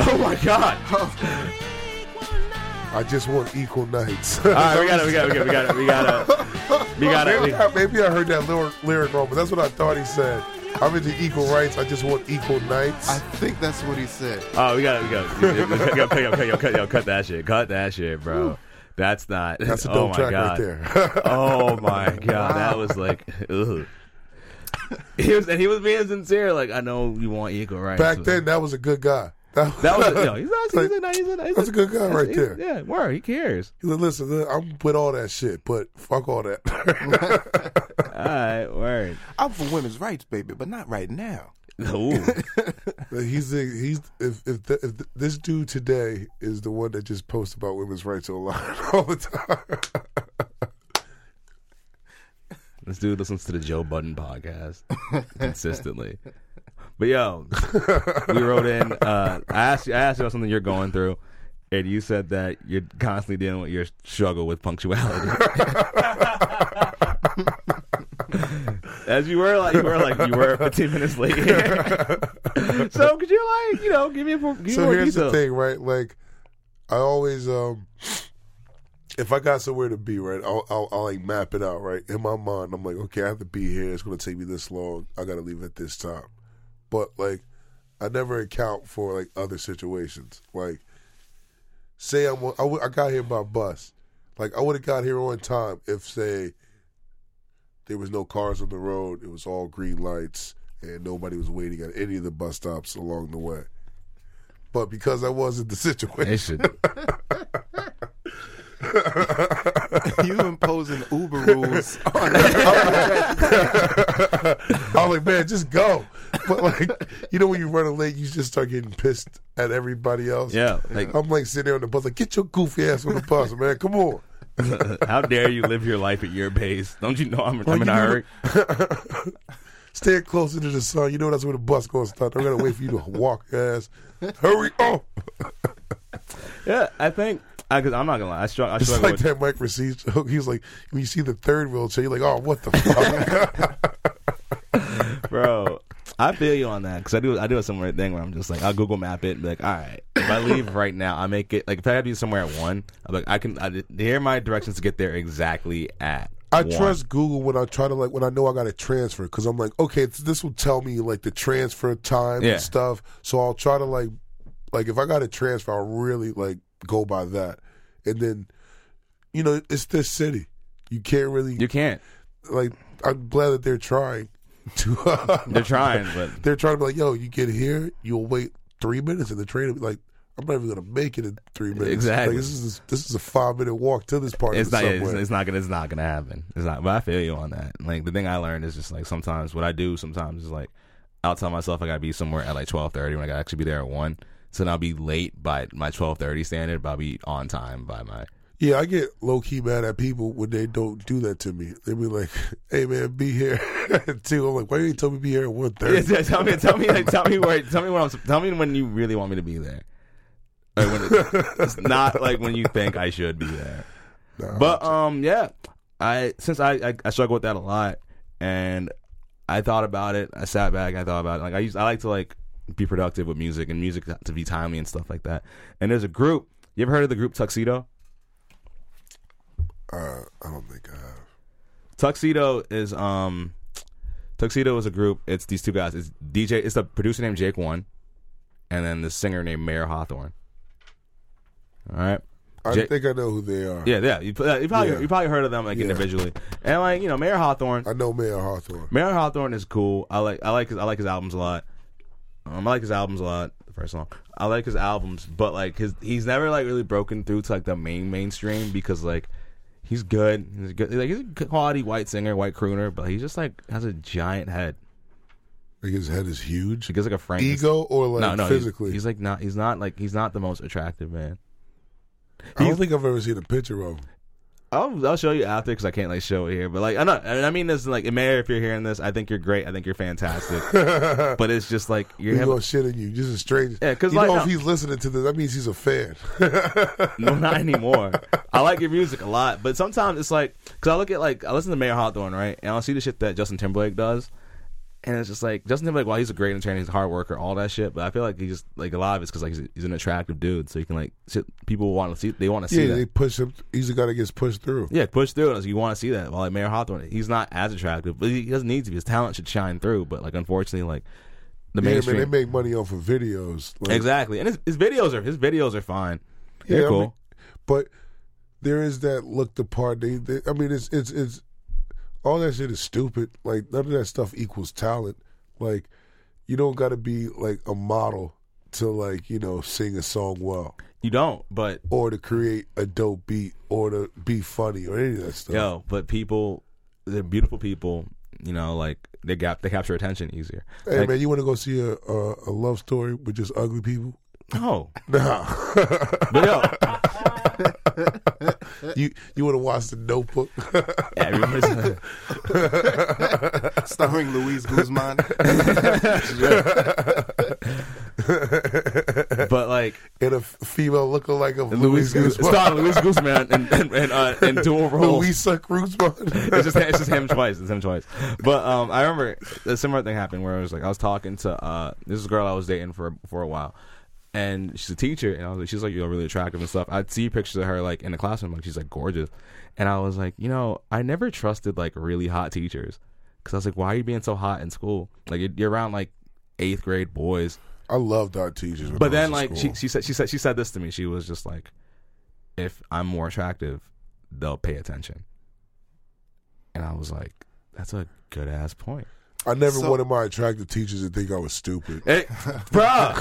Speaker 4: Oh my god!
Speaker 3: I just want equal nights.
Speaker 4: All right, we got it. We got it. We got it. We got it. We got it. We
Speaker 3: maybe,
Speaker 4: got
Speaker 3: I, maybe I heard that lyric, lyric wrong, but that's what I thought he said. I'm into equal rights. I just want equal nights.
Speaker 5: I think that's what he said.
Speaker 4: Oh, we got it. We got it. We got it. Cut, yo, cut, yo, cut, yo, cut that shit. Cut that shit, bro. That's not.
Speaker 3: that's a dope
Speaker 4: oh my
Speaker 3: track right
Speaker 4: god.
Speaker 3: there.
Speaker 4: Oh my god, that was like. Ugh. he was and he was being sincere. Like I know you want equal rights.
Speaker 3: Back
Speaker 4: but-
Speaker 3: then, that was a good guy. That,
Speaker 4: that was a, no, he's not. He's
Speaker 3: Like,
Speaker 4: a, nice- he's a, he's
Speaker 3: that's a good guy right
Speaker 4: he's-
Speaker 3: there.
Speaker 4: Yeah, word. He cares.
Speaker 3: He said, listen, look, I'm with all that shit, but fuck all that.
Speaker 4: All right, word.
Speaker 5: I'm for women's rights, baby, but not right now.
Speaker 4: Ooh.
Speaker 3: he's the, he's if if, the, if this dude today is the one that just posts about women's rights online all the time.
Speaker 4: This dude listens to the Joe Budden podcast consistently. But yo, we wrote in. Uh, I asked you. I asked you about something you're going through, and you said that you're constantly dealing with your struggle with punctuality. As you were like, you were like, you were 15 minutes late. so could you like, you know, give me a give me
Speaker 3: so
Speaker 4: more
Speaker 3: here's
Speaker 4: detail.
Speaker 3: the thing, right? Like, I always um, if I got somewhere to be, right, I'll, I'll I'll like map it out, right, in my mind. I'm like, okay, I have to be here. It's gonna take me this long. I gotta leave at this time. But like, I never account for like other situations. Like, say I'm on- I, w- I got here by bus. Like I would have got here on time if say there was no cars on the road. It was all green lights and nobody was waiting at any of the bus stops along the way. But because I wasn't the
Speaker 4: It
Speaker 3: situation,
Speaker 4: should.
Speaker 5: you imposing Uber rules on
Speaker 3: I was like, man, just go. But like, you know, when you're running late, you just start getting pissed at everybody else.
Speaker 4: Yeah, like
Speaker 3: I'm like sitting there on the bus, like, get your goofy ass on the bus, man. Come on.
Speaker 4: how dare you live your life at your pace? Don't you know I'm, I'm in
Speaker 3: you know-
Speaker 4: a hurry?
Speaker 3: Stand closer to the sun. You know that's where the bus gonna start. I'm gonna wait for you to walk your ass. Hurry up.
Speaker 4: Yeah, I think because I'm not gonna lie. I struggle. I
Speaker 3: It's
Speaker 4: struggle
Speaker 3: like
Speaker 4: with,
Speaker 3: that Mike Receive joke. He's like, when you see the third wheelchair, you're like, oh, what the fuck?
Speaker 4: bro. I feel you on that because I do. I do a similar thing where I'm just like, I'll Google Map it and be like, all right, if I leave right now, I make it. Like if I have to be somewhere at one, I'm like, I can. I, here are my directions to get there exactly at.
Speaker 3: I
Speaker 4: one.
Speaker 3: trust Google when I try to like when I know I got to transfer because I'm like, okay, th- this will tell me like the transfer time
Speaker 4: Yeah.
Speaker 3: and stuff. So I'll try to like, like if I got to transfer, I'll really like go by that. And then, you know, it's this city. You can't really
Speaker 4: You can't.
Speaker 3: like. I'm glad that they're trying to.
Speaker 4: They're trying, but
Speaker 3: they're trying to be like, yo, you get here, you'll wait three minutes, and the train will be like, I'm not even gonna make it in three minutes.
Speaker 4: Exactly.
Speaker 3: Like, this is this is a five minute walk to this part
Speaker 4: it's
Speaker 3: of the
Speaker 4: not. It's,
Speaker 3: subway.
Speaker 4: it's not gonna. It's not gonna happen. It's not. But I feel you on that. Like the thing I learned is just like sometimes what I do sometimes is like I'll tell myself I gotta be somewhere at like twelve thirty when I gotta actually be there at one. So then I'll be late by my twelve thirty standard, but I'll be on time by my.
Speaker 3: Yeah, I get low key mad at people when they don't do that to me. They be like, "Hey man, be here at two. I'm like, "Why you ain't tell me to be here at one
Speaker 4: Yeah,
Speaker 3: thirty?
Speaker 4: yeah, tell me, tell me, like, tell me where, tell me when I'm, tell me when you really want me to be there. Like when it- it's not like when you think I should be there. But um, yeah, I since I, I I struggle with that a lot, and I thought about it. I sat back. I thought about it. Like I used, I like to like be productive with music and music to be timely and stuff like that. And there's a group. You ever heard of the group Tuxedo?
Speaker 3: Uh, I don't think I have.
Speaker 4: Tuxedo is um Tuxedo is a group. It's these two guys. It's DJ. It's the producer named Jake One, and then the singer named Mayor Hawthorne. All right.
Speaker 3: I
Speaker 4: Jake-
Speaker 3: think I know who they are.
Speaker 4: Yeah, yeah. You, pl- you probably
Speaker 3: Yeah.
Speaker 4: you probably heard of them like
Speaker 3: Yeah.
Speaker 4: individually, and like you know Mayor Hawthorne.
Speaker 3: I know Mayor Hawthorne.
Speaker 4: Mayor Hawthorne is cool. I like I like his I like his albums a lot. Um, I like his albums a lot. The first song. I like his albums, but like his he's never like really broken through to like the main mainstream because like he's good. He's good. Like he's a good quality white singer, white crooner, but he just like has a giant head.
Speaker 3: Like his head is huge.
Speaker 4: He gets like a Frank.
Speaker 3: Ego or like
Speaker 4: no, no, he's-
Speaker 3: physically?
Speaker 4: He's, like not. He's not like he's not the most attractive man.
Speaker 3: I don't
Speaker 4: he's-
Speaker 3: think I've ever seen a picture of him.
Speaker 4: I'll, I'll show you after because I can't like show it here. But like I know, I mean, I mean this like Mayor, if you're hearing this, I think you're great. I think you're fantastic. but it's just like you're
Speaker 3: He gonna shit in you, just a stranger.
Speaker 4: Yeah, 'cause
Speaker 3: you
Speaker 4: like-
Speaker 3: know
Speaker 4: no.
Speaker 3: if he's listening to this, that means he's a fan.
Speaker 4: No, not anymore. I like your music a lot, but sometimes it's like because I look at like I listen to Mayor Hawthorne, right, and I'll see the shit that Justin Timberlake does, and it's just like Justin Timberlake. While he's a great entertainer, he's a hard worker, all that shit. But I feel like he just like a lot of it's because like he's, he's an attractive dude, so you can like shit, people want to see they want to see
Speaker 3: yeah,
Speaker 4: that.
Speaker 3: they push him. He's the guy that gets pushed through.
Speaker 4: yeah, push through. and it's like, you want to see that. While like Mayor Hawthorne, he's not as attractive, but he doesn't need to be. His talent should shine through. But like unfortunately, like the
Speaker 3: Yeah,
Speaker 4: mainstream
Speaker 3: man, they make money off of videos. Like,
Speaker 4: exactly. And his, his videos are his videos are fine. They're
Speaker 3: Yeah, I
Speaker 4: cool.
Speaker 3: mean- but there is that look the part they, they i mean it's it's it's all that shit is stupid. Like none of that stuff equals talent. Like you don't got to be like a model to like you know sing a song well,
Speaker 4: You don't, but
Speaker 3: or to create a dope beat, or to be funny, or any of that stuff.
Speaker 4: yo, but people, they're beautiful people. You know, like they got they capture attention easier.
Speaker 3: Hey
Speaker 4: Like,
Speaker 3: man, you want to go see a, a a love story with just ugly people?
Speaker 4: no,
Speaker 3: Nah,
Speaker 4: Oh, but yo,
Speaker 3: you you want to watch the Notebook?
Speaker 4: everybody's-
Speaker 5: starring Luis Guzman.
Speaker 4: but like
Speaker 3: and a f- female looking like a Luis
Speaker 4: Luis, Guzman.
Speaker 3: Guzman.
Speaker 4: starring Luis Guzman and and, and, uh, and dual roles.
Speaker 3: Luisa Guzman.
Speaker 4: it's just it's just him twice. It's him twice. But um, I remember a similar thing happened where I was like I was talking to uh this girl I was dating for for a while, and she's a teacher, and I was like she's like you know really attractive and stuff. I'd see pictures of her like in the classroom, like she's like gorgeous, and I was like you know I never trusted like really hot teachers because I was like why are you being so hot in school? Like you're- you're around like eighth grade boys,
Speaker 3: I loved our teachers. when I was
Speaker 4: but then
Speaker 3: in
Speaker 4: like she
Speaker 3: school.
Speaker 4: she said she said she said this to me. She was just like, if I'm more attractive, they'll pay attention. And I was like, that's a good ass point,
Speaker 3: I never
Speaker 5: So-
Speaker 3: wanted my attractive teachers to think I was stupid.
Speaker 4: hey, bruh,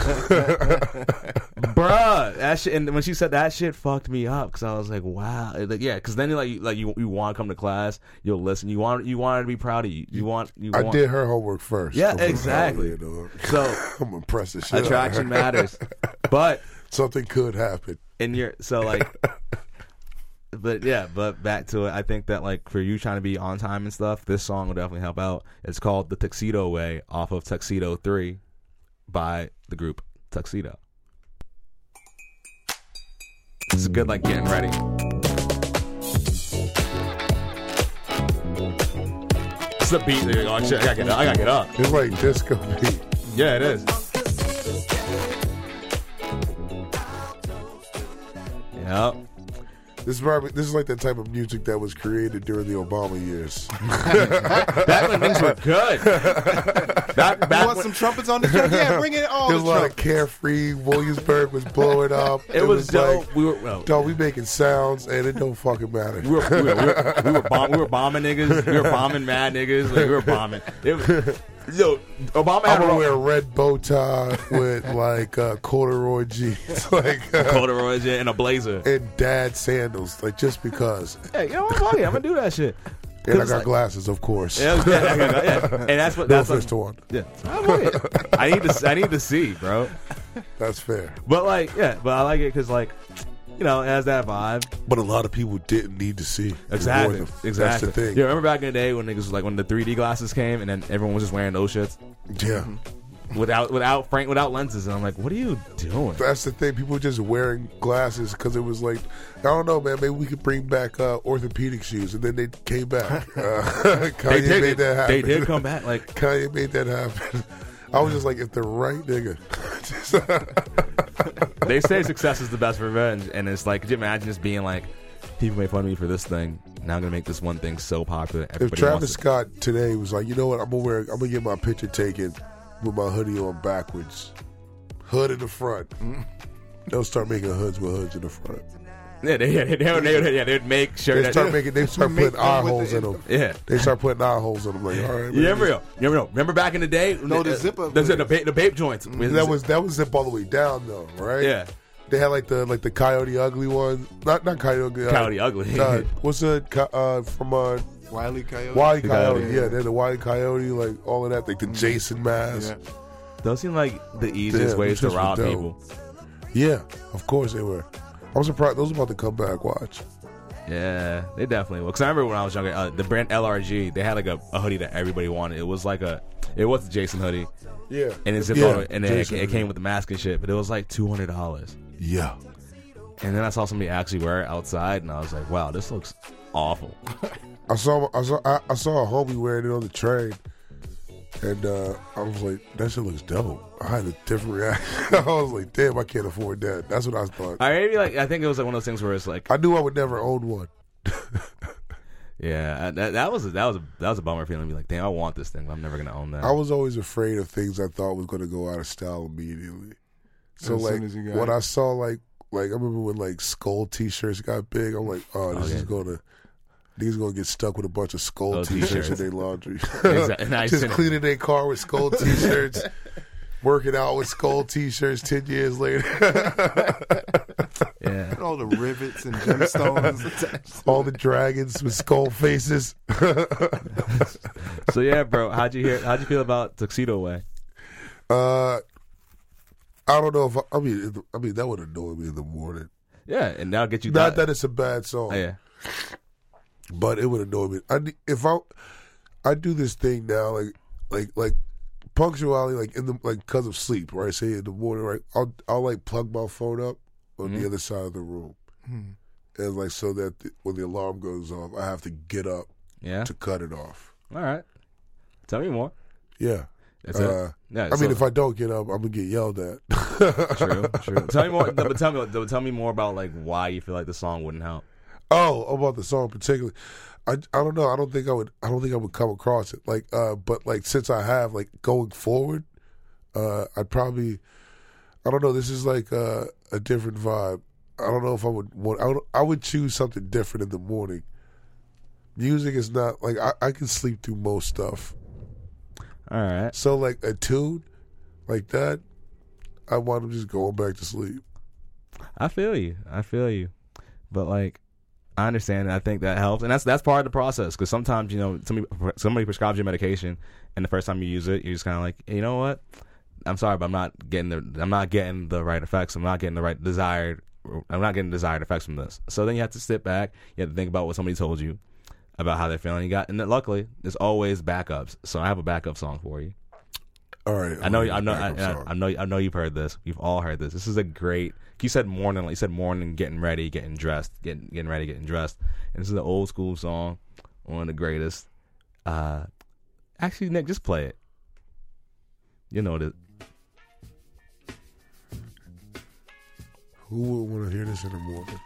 Speaker 4: bruh. That shit. And when she said that shit, fucked me up because I was like, wow, It- like yeah. Because then like you- like you you want to come to class, you'll listen. You want you want her to be proud of you. You want you.
Speaker 3: I
Speaker 4: want,
Speaker 3: did her homework first.
Speaker 4: Yeah,
Speaker 3: I'm like,
Speaker 4: exactly.
Speaker 3: "Hell yeah, dog."
Speaker 4: So
Speaker 3: I'm impressed. as Shit out of
Speaker 4: attraction
Speaker 3: her.
Speaker 4: matters, but
Speaker 3: Something could happen.
Speaker 4: and you're so like but yeah but back to it i think that like for you trying to be on time and stuff this song will definitely help out it's called the tuxedo way off of tuxedo 3 by the group tuxedo it's a good like getting ready it's the beat that you're like, oh, shit, i gotta get up i gotta get up
Speaker 3: It's like disco beat.
Speaker 4: yeah it is yep
Speaker 3: This is probably, this is like the type of music that was created during the Obama years.
Speaker 4: Back when things were good. Back,
Speaker 5: You
Speaker 4: back
Speaker 5: want
Speaker 4: when,
Speaker 5: some trumpets on the show? Yeah, bring it all
Speaker 4: Oh,
Speaker 3: There was a
Speaker 5: the
Speaker 3: lot of
Speaker 5: trumpets.
Speaker 3: carefree. Williamsburg was blowing up.
Speaker 4: it was dope.
Speaker 3: like,
Speaker 4: we were well,
Speaker 3: dog, we making sounds, and it don't fucking matter.
Speaker 4: we were we were, we were, we were, bomb, we were bombing niggas. We were bombing mad niggas. Like, we were bombing. It was, yo, Obama
Speaker 3: I'm
Speaker 4: had
Speaker 3: gonna
Speaker 4: a
Speaker 3: wear a red bow tie with like uh, corduroy jeans, like uh,
Speaker 4: corduroys and a blazer.
Speaker 3: and dad sandals, like just because.
Speaker 4: Hey, you know what? Fuck it, I'm gonna do that shit. 'Cause
Speaker 3: And I
Speaker 4: it's
Speaker 3: got
Speaker 4: like-
Speaker 3: glasses, of course.
Speaker 4: Yeah, it was- yeah, yeah, yeah. and that's what
Speaker 3: No
Speaker 4: that's
Speaker 3: first
Speaker 4: what,
Speaker 3: to one.
Speaker 4: yeah. I'm with it. I need to I need to see, bro.
Speaker 3: That's fair.
Speaker 4: But like, yeah, but I like it because like, you know, it has that vibe.
Speaker 3: But a lot of people didn't need to see. They
Speaker 4: Exactly.
Speaker 3: wore them.
Speaker 4: Exactly.
Speaker 3: That's the thing.
Speaker 4: You
Speaker 3: Yeah.
Speaker 4: remember back in the day when niggas was like when the 3D glasses came and then everyone was just wearing those shits Mm-hmm. without without Frank without lenses and I'm like, what are you doing?
Speaker 3: That's the thing. People just wearing glasses because it was like, I don't know, man. Maybe we could bring back uh, orthopedic shoes, and then they came back. Uh, Kanye
Speaker 4: They did.
Speaker 3: made that happen.
Speaker 4: they did come back like
Speaker 3: Kanye made that happen. I was just like, if the right nigga,
Speaker 4: they say success is the best revenge and it's like could you imagine just being like people made fun of me for this thing now I'm gonna make this one thing so popular
Speaker 3: if
Speaker 4: everybody
Speaker 3: Travis
Speaker 4: wants it.
Speaker 3: Scott today was like, you know what, I'm gonna wear, I'm gonna get my picture taken with my hoodie on backwards, hood in the front.
Speaker 4: Mm.
Speaker 3: They'll start making hoods with hoods in the front.
Speaker 4: yeah they, yeah, they, they, would- they, would- yeah, they'd make sure
Speaker 3: They
Speaker 4: that
Speaker 3: start making, they start
Speaker 5: Make
Speaker 3: putting eye
Speaker 5: them with
Speaker 3: holes
Speaker 5: the-
Speaker 3: in them.
Speaker 4: yeah
Speaker 3: They start putting eye holes in them. Like, all right,
Speaker 4: you
Speaker 3: man,
Speaker 4: ever know you ever know remember back in the day Uh,
Speaker 5: No, the zip-up
Speaker 4: the, the,
Speaker 5: was-
Speaker 4: ba- the vape joints
Speaker 3: Mm, that was that was zip all the way down though, right?
Speaker 4: Yeah.
Speaker 3: They had like the like the coyote ugly one, not not coyote ugly.
Speaker 4: Coyote Ugly.
Speaker 3: Uh, what's the co- uh, from uh,
Speaker 5: Wiley Coyote.
Speaker 3: Wile E. Coyote?
Speaker 4: The Coyote. Mm-hmm.
Speaker 3: Yeah, they had the Wile E. Coyote, like all of that, like the Jason mask.
Speaker 5: Yeah.
Speaker 4: those seem like the easiest
Speaker 3: Damn,
Speaker 4: ways to
Speaker 3: those shits were
Speaker 4: rob
Speaker 3: dope.
Speaker 4: people
Speaker 3: Yeah, of course they were. I'm surprised those are about to come back. Watch.
Speaker 4: Yeah, they definitely will. Because I remember when I was younger, uh, the brand LRG, they had like a, a hoodie that everybody wanted. It was like a, it was the Jason hoodie,
Speaker 3: Yeah,
Speaker 4: and it's
Speaker 3: yeah,
Speaker 4: and it,
Speaker 3: Jason.
Speaker 4: it came with the mask and shit, but it was like two hundred dollars.
Speaker 3: Yeah,
Speaker 4: And then I saw somebody actually wear it outside, and I was like, wow, this looks awful.
Speaker 3: I saw I saw I, I saw a homie wearing it on the train, and uh, I was like, that shit looks dope. I had a different reaction. I was like, damn, I can't afford that. That's what I thought.
Speaker 4: I maybe like I think it was like one of those things where it's like,
Speaker 3: I knew I would never own one.
Speaker 4: yeah, that, that was a, that was a, that was a bummer feeling. Be like, damn, I want this thing, but I'm never gonna own that.
Speaker 3: I was always afraid of things I thought was going to go out of style immediately. So
Speaker 5: As soon
Speaker 3: like
Speaker 5: as you got
Speaker 3: when
Speaker 5: it.
Speaker 3: I saw like like I remember when like skull t-shirts got big, I'm like, oh, this
Speaker 4: Okay.
Speaker 3: is going to Niggas gonna get stuck with a bunch of skull
Speaker 4: Oh,
Speaker 3: t-shirts in
Speaker 4: t-shirts.
Speaker 3: their laundry.
Speaker 4: Exactly. Nice.
Speaker 3: Just cleaning their car with skull t-shirts, working out with skull t-shirts. Ten years later,
Speaker 4: Yeah.
Speaker 5: all the rivets and gemstones attached.
Speaker 3: all the dragons with skull faces.
Speaker 4: So yeah, bro. How'd you hear? How'd you feel about Tuxedo Way?
Speaker 3: Uh, I don't know if I, I mean. it- I mean that would annoy me in the morning.
Speaker 4: Yeah, and that'll get you.
Speaker 3: Not that it's a bad song,
Speaker 4: Oh, yeah.
Speaker 3: but it would annoy me. I ne- if I I do this thing now, like like like punctuality, like in the like because of sleep, right? Say in the morning, right? I'll I'll like plug my phone up on
Speaker 4: Mm-hmm.
Speaker 3: the other side of the room,
Speaker 4: Hmm.
Speaker 3: and like so that the, when the alarm goes off, I have to get up
Speaker 4: Yeah.
Speaker 3: to cut it off.
Speaker 4: All right. Tell me more.
Speaker 3: Yeah.
Speaker 4: That's
Speaker 3: Uh,
Speaker 4: it. Yeah,
Speaker 3: I mean,
Speaker 4: so-
Speaker 3: if I don't get up, I'm gonna get yelled at.
Speaker 4: True, true. Tell me more. no, But tell me, but tell me more about like why you feel like the song wouldn't help.
Speaker 3: Oh, about the song particularly. I, I don't know. I don't think I would I don't think I would come across it. Like uh but like since I have like going forward, uh I'd probably I don't know, this is like uh, a different vibe. I don't know if I would want I would, I would choose something different in the morning. Music is not like I, I can sleep through most stuff.
Speaker 4: All right.
Speaker 3: So like a tune like that, I wind up just going back to sleep.
Speaker 4: I feel you. I feel you. But like, I understand. and I think that helps, and that's that's part of the process. Because sometimes you know somebody somebody prescribes you medication, and the first time you use it, you're just kind of like, you know what? I'm sorry, but I'm not getting the I'm not getting the right effects. I'm not getting the right desired. I'm not getting desired effects from this. So then you have to sit back. You have to think about what somebody told you about how they're feeling. You got, and then luckily, there's always backups. So I have a backup song for you.
Speaker 3: All right.
Speaker 4: I know,
Speaker 3: I'm
Speaker 4: I know, I,
Speaker 3: back, I'm
Speaker 4: I,
Speaker 3: sorry.
Speaker 4: I know, I know. You've heard this. We've all heard this. This is a great. You said morning. Like you said morning, getting ready, getting dressed, getting getting ready, getting dressed. And this is an old school song, one of the greatest. Uh, actually, Nick, just play it. You know it.
Speaker 3: Who would want to hear this in the morning?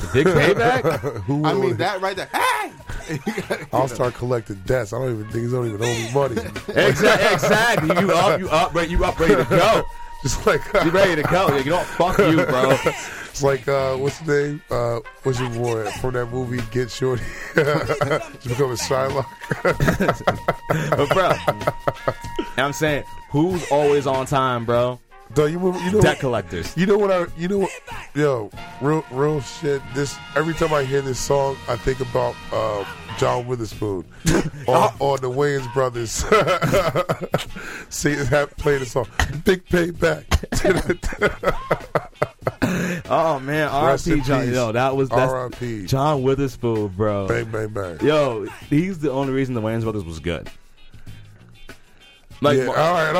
Speaker 4: The big payback.
Speaker 3: Who would
Speaker 5: I
Speaker 3: wanna-
Speaker 5: mean that right there. Hey,
Speaker 3: I'll start collecting debts. I don't even think don't even owe me money.
Speaker 4: exactly. Exactly. You up. You up. Ready. You up. Ready to go.
Speaker 3: Just like uh,
Speaker 4: You ready to go. Like, you don't fuck you, bro.
Speaker 3: it's like uh, what's the name? Uh, what's your boy from that movie Get Shorty? Just become a Shylock.
Speaker 4: But bro, and I'm saying, who's always on time, bro?
Speaker 3: No, you remember- you know
Speaker 4: Debt collectors.
Speaker 3: you know what I you know what yo real real shit. This every time I hear this song, I think about uh, John Witherspoon on, on the Wayans Brothers. See that play the song Big Payback.
Speaker 4: Oh man,
Speaker 3: Rest in
Speaker 4: R.I.P. John.
Speaker 3: peace.
Speaker 4: Yo, that was that's
Speaker 3: R.I.P.
Speaker 4: John Witherspoon, bro.
Speaker 3: Bang bang bang.
Speaker 4: Yo, he's the only reason the Wayans Brothers was good. Like, uh,
Speaker 3: yeah, all right. I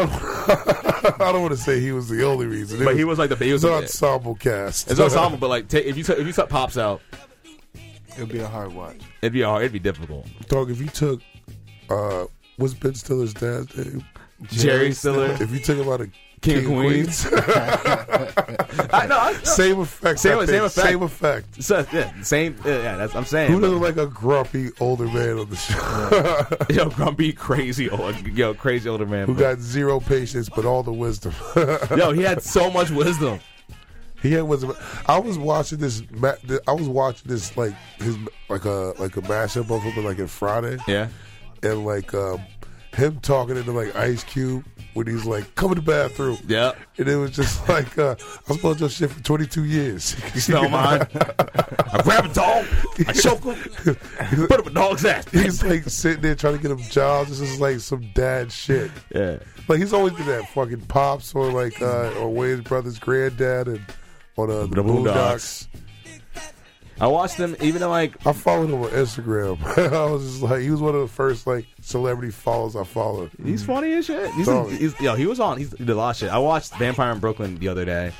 Speaker 3: don't, I don't want to say he was the only reason, It
Speaker 4: but he was like the he was
Speaker 3: it's an ensemble cast.
Speaker 4: it's ensemble, but like, take, if you took, if you took pops out,
Speaker 5: it'll be a hard watch.
Speaker 4: it'd be hard. It'd be difficult.
Speaker 3: Dog, if you took uh, what's Ben Stiller's dad's name?
Speaker 4: Jerry Stiller,
Speaker 3: If you took him out of
Speaker 4: King, of Queens.
Speaker 3: Queens,
Speaker 4: I, no, I, no.
Speaker 3: same effect.
Speaker 4: Same-
Speaker 3: I think.
Speaker 4: same
Speaker 3: Same
Speaker 4: effect.
Speaker 3: effect.
Speaker 4: So, yeah, same. Yeah, yeah, that's I'm saying.
Speaker 3: Who doesn't like a grumpy older man on the show
Speaker 4: yo, grumpy, crazy old, yo, crazy older man.
Speaker 3: who
Speaker 4: bro.
Speaker 3: got zero patience but all the wisdom?
Speaker 4: yo, he had so much wisdom.
Speaker 3: he had wisdom. I was watching this. ma- th- I was watching this like his like a like a mashup of him like in Friday.
Speaker 4: Yeah.
Speaker 3: and like um, him talking into like Ice Cube when he's like, "Come in the bathroom."
Speaker 4: Yeah.
Speaker 3: And it was just like, uh, I was about your shit for 22 years.
Speaker 4: You smell mine. I grab a dog. I choke him. Put him a dog's ass.
Speaker 3: He's like sitting there trying to get him jobs. This is like some dad shit.
Speaker 4: Yeah.
Speaker 3: Like he's always been that fucking pops or like uh, or Wayne's brother's granddad and on uh, the,
Speaker 4: The
Speaker 3: Boondocks.
Speaker 4: Boondocks. I watched them, even though like
Speaker 3: I followed him on Instagram. I was just like, he was one of the first like celebrity follows I followed.
Speaker 4: he's funny as shit. He's,
Speaker 3: Dog.
Speaker 4: he's- yo, he was on. He's, he did a lot of shit. I watched Vampire in Brooklyn the other day,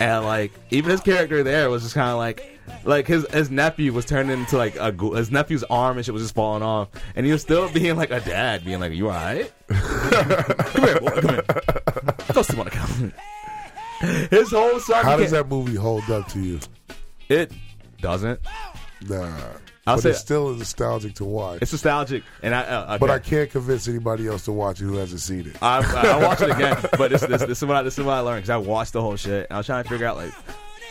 Speaker 4: and like even his character there was just kind of like. Like his his nephew was turned into like a ghoul- his nephew's arm and shit was just falling off, and he was still being like a dad, being like, "You alright? come here, boy, come here. Just want to come." His whole son.
Speaker 3: How does
Speaker 4: became-
Speaker 3: that movie hold up to you?
Speaker 4: It doesn't.
Speaker 3: Nah.
Speaker 4: I'll
Speaker 3: but
Speaker 4: say-
Speaker 3: it's still nostalgic to watch.
Speaker 4: It's nostalgic, and I. Uh, okay.
Speaker 3: But I can't convince anybody else to watch it who hasn't seen it.
Speaker 4: I, I, I watched it again, but this, this, this is what I, this is what I learned because I watched the whole shit. And I was trying to figure out like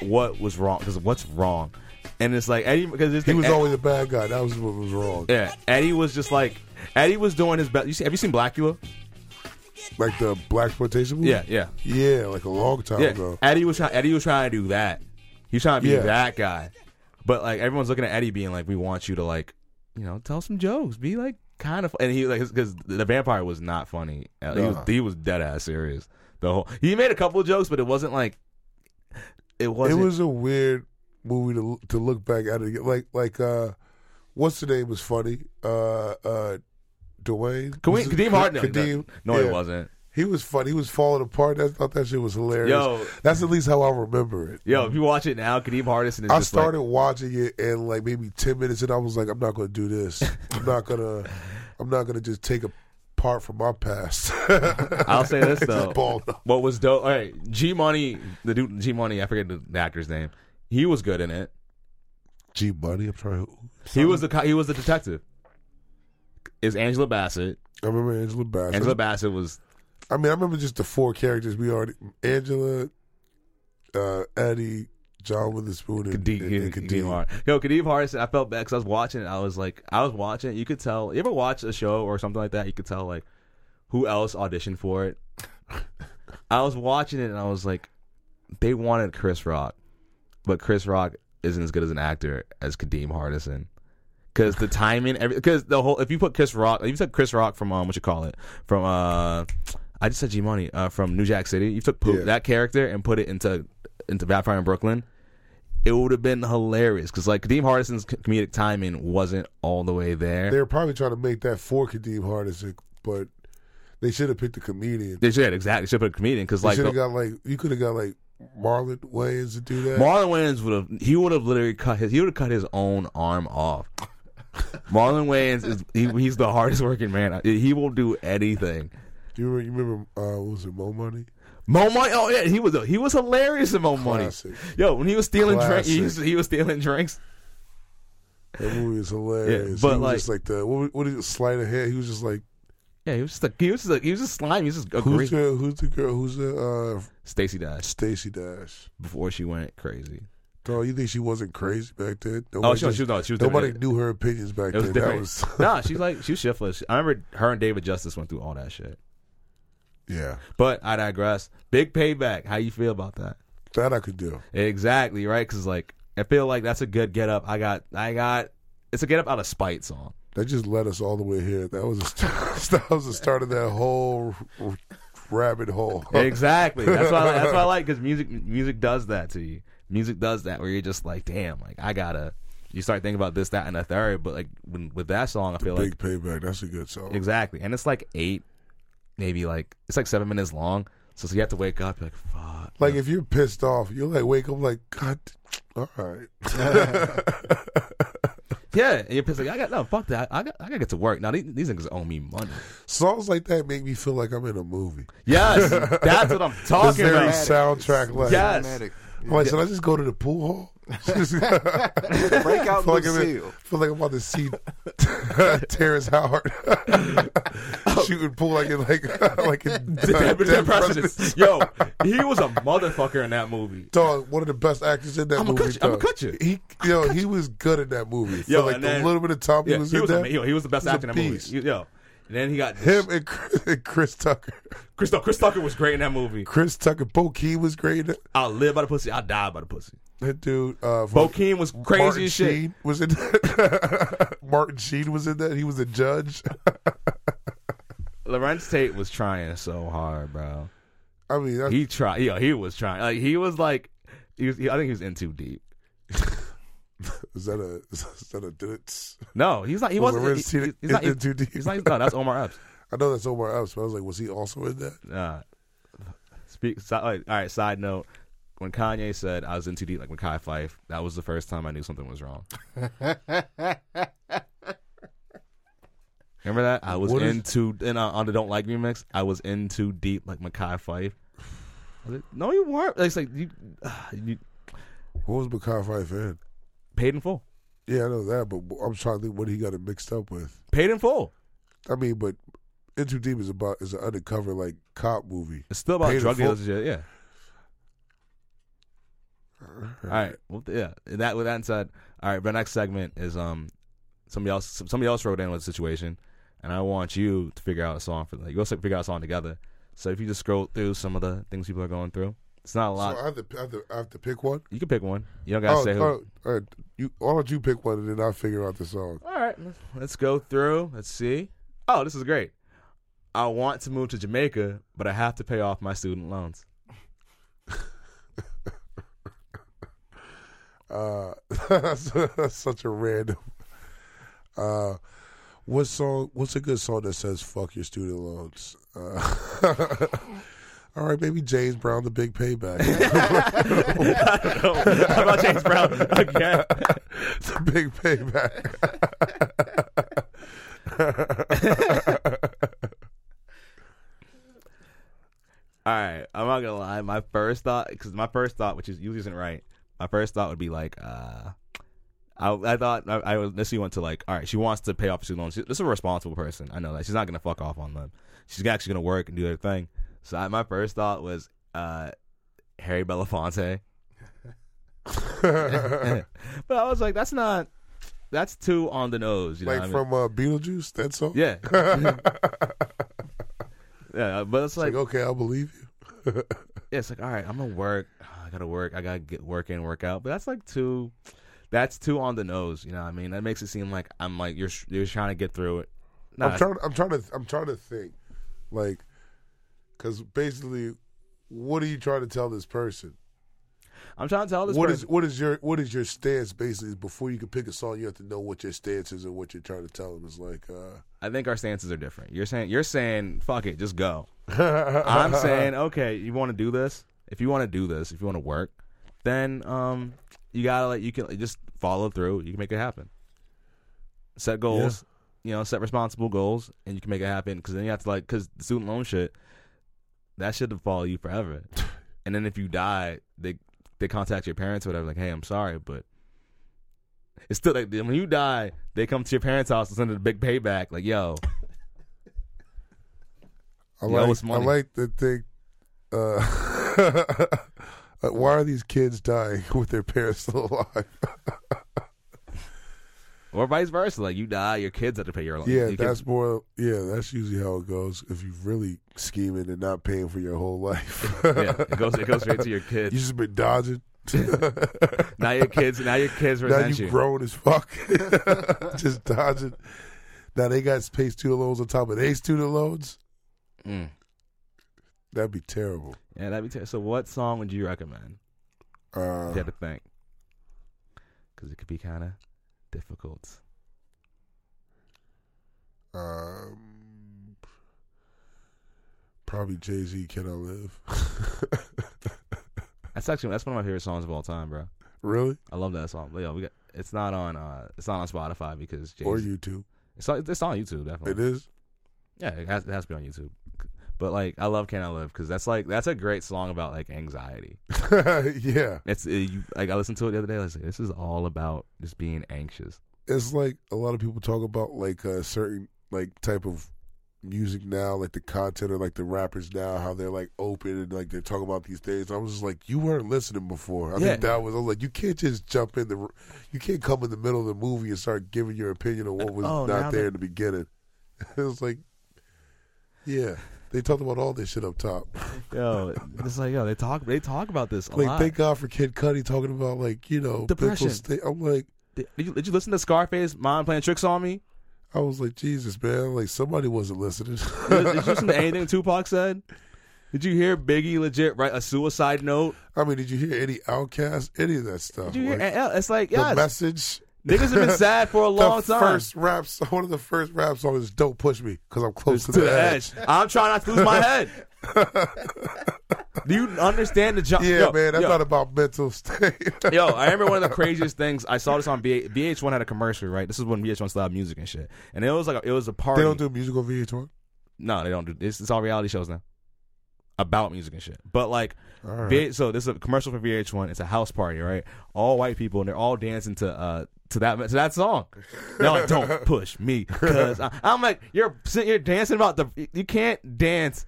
Speaker 4: what was wrong because what's wrong. and it's like Eddie because
Speaker 3: He was always a bad guy. That was what was wrong.
Speaker 4: yeah. Eddie was just like Eddie was doing his best. You see, have you seen Blackula?
Speaker 3: Like the black exploitation movie.
Speaker 4: Yeah, yeah,
Speaker 3: yeah, like a long time
Speaker 4: yeah.
Speaker 3: ago.
Speaker 4: Eddie was try- Eddie was trying to do that. He was trying to be
Speaker 3: Oh, Yeah.
Speaker 4: that guy, but like everyone's looking at Eddie being like, "We want you to like, you know, tell some jokes, be like kind of." Fun. And he like because the vampire was not funny. Uh, He was
Speaker 3: Nah.
Speaker 4: he was dead ass serious. The whole he made a couple of jokes, but it wasn't like it wasn't.
Speaker 3: it was a weird movie to to look back at it. Like like uh, what's the name was funny. Uh, uh, Dwayne.
Speaker 4: Kadeem,
Speaker 3: Was it
Speaker 4: Kadeem Hart. No,
Speaker 3: Kadeem.
Speaker 4: no
Speaker 3: Yeah.
Speaker 4: it wasn't.
Speaker 3: He was funny. He was falling apart. I thought that shit was hilarious.
Speaker 4: Yo.
Speaker 3: That's at least how I remember it.
Speaker 4: Yo, if you watch it now, Kadeem Hardison is.
Speaker 3: I
Speaker 4: just
Speaker 3: started watching it and like maybe ten minutes in, I was like, I'm not gonna do this. I'm not gonna. I'm not gonna just take a part from my past.
Speaker 4: Like, I'll say this
Speaker 3: Just
Speaker 4: though.
Speaker 3: balled up.
Speaker 4: What was dope? All right, G Money, the dude, G Money, I forget the, the actor's name. He was good in it.
Speaker 3: G Money. I'm trying. To,
Speaker 4: He was the co- he was the detective. Is Angela Bassett?
Speaker 3: I remember Angela Bassett.
Speaker 4: Angela Bassett was
Speaker 3: I mean, I remember just the four characters we already: Angela, uh, Eddie, John Witherspoon, and,
Speaker 4: Kadeem,
Speaker 3: and, and
Speaker 4: Kadeem Hart. Yo, Kadeem Hardison. I felt bad because I was watching it. I was like, I was watching. it. You could tell. You ever watch a show or something like that? You could tell like who else auditioned for it. I was watching it and I was like, they wanted Chris Rock, but Chris Rock isn't as good as an actor as Kadeem Hardison. Because the timing, because the whole, if you put Chris Rock, if you took Chris Rock from, um, what you call it, from, uh, I just said G Money, uh, from New Jack City, you took Poop,
Speaker 3: Yeah.
Speaker 4: that character and put it into, into Vampire in Brooklyn, it would have been hilarious. Because, like, Kadeem Hardison's co- comedic timing wasn't all the way there.
Speaker 3: They were probably trying to make that for Kadeem Hardison, but they should have picked a comedian.
Speaker 4: They should, exactly. Should have put a comedian. Because,
Speaker 3: They
Speaker 4: like,
Speaker 3: should
Speaker 4: the-
Speaker 3: have got like you could have got like Marlon Wayans to do that.
Speaker 4: Marlon Wayans would have he would have literally cut his he would have cut his own arm off. Marlon Wayans is he, he's the hardest working man. He will do anything.
Speaker 3: Do you remember? You remember uh, what was it Mo Money?
Speaker 4: Mo Money, oh yeah, he was he was hilarious in Mo Money.
Speaker 3: Classic.
Speaker 4: Yo, when he was stealing drinks, he was,
Speaker 3: Classic.
Speaker 4: he was stealing drinks.
Speaker 3: That movie is hilarious.
Speaker 4: but
Speaker 3: he was
Speaker 4: like-
Speaker 3: just like the what, what is it, sleight of hand? He was just like,
Speaker 4: Yeah, he was just a, he was just a, he was just slime. He was just a
Speaker 3: who's
Speaker 4: great.
Speaker 3: the who's the girl? Who's the uh,
Speaker 4: Stacy died
Speaker 3: Stacy Dash?
Speaker 4: before she went crazy.
Speaker 3: Dog, you think she wasn't crazy back then?
Speaker 4: Oh,
Speaker 3: Nobody
Speaker 4: she,
Speaker 3: just-
Speaker 4: was- she was no, she was
Speaker 3: Nobody
Speaker 4: different.
Speaker 3: knew her opinions back
Speaker 4: It was
Speaker 3: then. That
Speaker 4: different.
Speaker 3: was
Speaker 4: nah, she's like she was shiftless. I remember her and David Justice went through all that shit.
Speaker 3: yeah.
Speaker 4: But I digress. Big payback. How you feel about that?
Speaker 3: That I could do.
Speaker 4: Exactly right, because like I feel like that's a good get up. I got, I got. It's a get up out of spite song.
Speaker 3: That just led us all the way here. That was a st- that was the start of that whole r- rabbit hole.
Speaker 4: Exactly. That's why. I, like- that's why I like because music, music does that to you. Music does that where you're just like, damn, like I gotta. You start thinking about this, that, and the third. But like when, with that song, I feel
Speaker 3: Big
Speaker 4: like
Speaker 3: payback. That's a good song.
Speaker 4: exactly, and it's like eight, maybe like it's like seven minutes long. So, so you have to wake up. You're like, fuck.
Speaker 3: Like if you're pissed off, you're like wake up like God. All right.
Speaker 4: Yeah, and you're pissed. Like I got no, fuck that. I got, I gotta get to work now. These, these niggas owe me money.
Speaker 3: Songs like that make me feel like I'm in a movie.
Speaker 4: Yes, that's what I'm
Speaker 3: It's
Speaker 4: talking
Speaker 3: very
Speaker 4: about.
Speaker 3: soundtrack like.
Speaker 4: Yeah.
Speaker 5: Automatic.
Speaker 3: I'm like, should I just go to the pool hall?
Speaker 5: Break out
Speaker 3: feel, like I'm in-
Speaker 5: Lucille.
Speaker 3: feel like I'm about to see Terrence Howard shooting pool like in like like in
Speaker 4: Dead-
Speaker 3: uh,
Speaker 4: Dead
Speaker 3: Dead
Speaker 4: Presidents.
Speaker 3: Presidents.
Speaker 4: Yo, he was a motherfucker in that movie.
Speaker 3: Dog, one of the best actors in that
Speaker 4: I'ma
Speaker 3: movie.
Speaker 4: cut you, I'ma
Speaker 3: dog.
Speaker 4: cut you.
Speaker 3: He, yo, he was good in that movie.
Speaker 4: Yo,
Speaker 3: Yo, like
Speaker 4: and
Speaker 3: the
Speaker 4: then-
Speaker 3: little bit of time
Speaker 4: Yeah,
Speaker 3: he was
Speaker 4: he
Speaker 3: in
Speaker 4: was,
Speaker 3: that.
Speaker 4: ama- yo, he was the best
Speaker 3: He's a
Speaker 4: actor in that
Speaker 3: beast.
Speaker 4: movie. Yo, and then he got
Speaker 3: Him and Chris, and Chris Tucker.
Speaker 4: Chris, no, Chris Tucker was great in that movie.
Speaker 3: Chris Tucker. Bo Keen was great. in that-
Speaker 4: I'll live by the pussy. I'll die by the pussy.
Speaker 3: That dude. Uh, from
Speaker 4: Bokeem was
Speaker 3: Martin
Speaker 4: crazy as shit.
Speaker 3: Sheen was in that. Martin Sheen was in that. He was a judge.
Speaker 4: Lorenz Tate was trying so hard, bro.
Speaker 3: I mean, that's,
Speaker 4: He tried. Yo, he was trying. Like he was like, he was. He, I think he was in too deep.
Speaker 3: is that a is that a ditz?
Speaker 4: No, he's not. He
Speaker 3: Was
Speaker 4: wasn't.
Speaker 3: Lorenz
Speaker 4: he-
Speaker 3: Tate
Speaker 4: he's not
Speaker 3: in
Speaker 4: he's-
Speaker 3: Too Deep?
Speaker 4: He's not. No, that's Omar Epps.
Speaker 3: I know that's Omar Epps, but I was like, was he also in that?
Speaker 4: Uh, speak. Si- all right, all right, Side note: When Kanye said I was in too deep, like Makai Fife, that was the first time I knew something was wrong. Remember that I was
Speaker 3: What is-
Speaker 4: in too in uh, on the "Don't Like Me" mix. I was in too deep, like Makai Fife. I was like, no, you weren't. Like, it's like you, you
Speaker 3: What was Makai Fife in?
Speaker 4: paid in full.
Speaker 3: Yeah, I know that, but I'm trying to think what he got it mixed up with.
Speaker 4: Paid in full.
Speaker 3: I mean, but Into Deep is about is an undercover like cop movie.
Speaker 4: It's still about
Speaker 3: Paid in
Speaker 4: drug
Speaker 3: Full?
Speaker 4: dealers. and shit, Yeah, All right. Well, yeah. and That with that said, all right. The next segment is um somebody else some- somebody else wrote in with a situation, and I want you to figure out a song for like you also figure out a song together. So if you just scroll through some of the things people are going through, it's not a
Speaker 3: So
Speaker 4: lot.
Speaker 3: I have, to, I, have to, I have to pick one.
Speaker 4: you can pick one. You don't gotta
Speaker 3: oh,
Speaker 4: say who.
Speaker 3: oh, all right. you, why don't you pick one and then I'll figure out the song?
Speaker 4: All right, let's- let's go through. Let's see. Oh, this is great. I want to move to Jamaica, but I have to pay off my student loans.
Speaker 3: Uh, that's, that's such a random. Uh, what song? What's a good song that says "fuck your student loans"? Uh, all right, maybe James Brown, "The Big Payback."
Speaker 4: I don't know. How about James Brown again?
Speaker 3: the Big Payback.
Speaker 4: All right, I'm not gonna lie. My first thought, because my first thought, which is usually isn't right, my first thought would be like, uh, I, I thought I, I initially went to like, all right, she wants to pay off her student loans. She, this is a responsible person. I know that she's not gonna fuck off on them. She's actually gonna work and do her thing. So I, my first thought was uh, Harry Belafonte. but I was like, that's not. That's too on the nose. You know
Speaker 3: like
Speaker 4: what I mean?
Speaker 3: from uh, Beetlejuice, that song.
Speaker 4: yeah. yeah, but it's
Speaker 3: Like,
Speaker 4: like,
Speaker 3: okay, I'll believe you.
Speaker 4: yeah, it's like, all right, I'm gonna work. I gotta work. I gotta get work in, work out. But that's like too. That's too on the nose. You know what I mean? That makes it seem like I'm like you're you're trying to get through it. Nah,
Speaker 3: I'm trying. I'm trying to. I'm trying to think, like, because basically, what are you trying to tell this person?
Speaker 4: I'm trying to tell this
Speaker 3: What
Speaker 4: person.
Speaker 3: is what is your what is your stance basically? Before you can pick a song, you have to know what your stance is and what you're trying to tell them. It's like, uh,
Speaker 4: I think our stances are different. You're saying you're saying fuck it, just go. I'm saying okay, you want to do this. If you want to do this, if you want to work, then um, you gotta like you can just follow through. You can make it happen. Set goals, you know, set responsible goals, and you can make it happen. Because then you have to like because the student loan shit, that shit will follow you forever. and then if you die, they they contact your parents or whatever. Like, hey, I'm sorry, but it's still like when you die, they come to your parents' house and send it a big payback. Like, yo,
Speaker 3: I
Speaker 4: You owe
Speaker 3: like
Speaker 4: us
Speaker 3: I
Speaker 4: money.
Speaker 3: like to think. Uh, uh, why are these kids dying with their parents still alive?
Speaker 4: or vice versa. Like, you die, your kids have to pay your loan.
Speaker 3: yeah,
Speaker 4: You can-
Speaker 3: that's more. Yeah, that's usually how it goes. If you really scheming and not paying for your whole life,
Speaker 4: yeah, it goes it goes straight to your
Speaker 3: you
Speaker 4: kids.
Speaker 3: just been dodging.
Speaker 4: now your kids, now your kids
Speaker 3: Now
Speaker 4: resent
Speaker 3: you
Speaker 4: you.
Speaker 3: grown as fuck. Just dodging. Now they got paid student loans on top of their student loans.
Speaker 4: Mm.
Speaker 3: That'd be terrible.
Speaker 4: Yeah, that'd be ter- so. What song would you recommend?
Speaker 3: Uh,
Speaker 4: If you had to think, because it could be kind of difficult.
Speaker 3: um, probably Jay Z. Can I live?
Speaker 4: That's actually that's one of my favorite songs of all time, bro.
Speaker 3: really?
Speaker 4: I love that song. But yo, we got it's not on uh it's not on Spotify because Jay-Z, Oh.
Speaker 3: Or YouTube?
Speaker 4: it's on, it's on YouTube definitely.
Speaker 3: It is.
Speaker 4: Yeah, it has, it has to be on YouTube. But like, I love "Can I Live" because that's like that's a great song about like anxiety.
Speaker 3: yeah.
Speaker 4: It's it, you, like I listened to it the other day. I was like, this is all about just being anxious.
Speaker 3: It's like a lot of people talk about like a certain like type of music now, like the content or like the rappers now, how they're like open and like they're talking about these things. I was just like, you weren't listening before. I
Speaker 4: Yeah.
Speaker 3: think that was. I was like, you can't just jump in the, you can't come in the middle of the movie and start giving your opinion on what was
Speaker 4: Oh, now
Speaker 3: not there
Speaker 4: that-
Speaker 3: in the beginning. it was like, yeah, they talked about all this shit up top.
Speaker 4: Yo, it's like yo, they talk they talk about this a
Speaker 3: like,
Speaker 4: lot.
Speaker 3: thank God for Kid Cudi talking about like you know
Speaker 4: Depression.
Speaker 3: Sta- I'm like.
Speaker 4: did, did you, did you listen to Scarface? Mom playing tricks on me.
Speaker 3: I was like, Jesus, man! Like somebody wasn't listening.
Speaker 4: Did, did you listen to anything Tupac said? Did you hear Biggie legit write a suicide note?
Speaker 3: I mean, did you hear any Outcast, any of that stuff?
Speaker 4: Did you hear?
Speaker 3: Like,
Speaker 4: and- It's like
Speaker 3: the
Speaker 4: yes,
Speaker 3: message?
Speaker 4: niggas have been sad for a long
Speaker 3: the
Speaker 4: time.
Speaker 3: first rap song, one of the first rap songs is "Don't Push Me" because I'm close to,
Speaker 4: to
Speaker 3: the,
Speaker 4: the edge. I'm trying not to lose my head. Do you understand the jump?
Speaker 3: Yeah,
Speaker 4: yo,
Speaker 3: man, that's
Speaker 4: yo,
Speaker 3: not about mental state.
Speaker 4: yo, I remember one of the craziest things. I saw this on VH, VH1 had a commercial, right? This is when VH1 still had music and shit. And it was like a, it was a party.
Speaker 3: they don't do musical VH1.
Speaker 4: no, they don't do. It's, it's all reality shows now about music and shit. But like,
Speaker 3: All right.
Speaker 4: VH, so this is a commercial for VH1. It's a house party, right? All white people and they're all dancing to uh to that to that song. They're like, "Don't push me," because I'm like, you're sitting- you're dancing about the you can't dance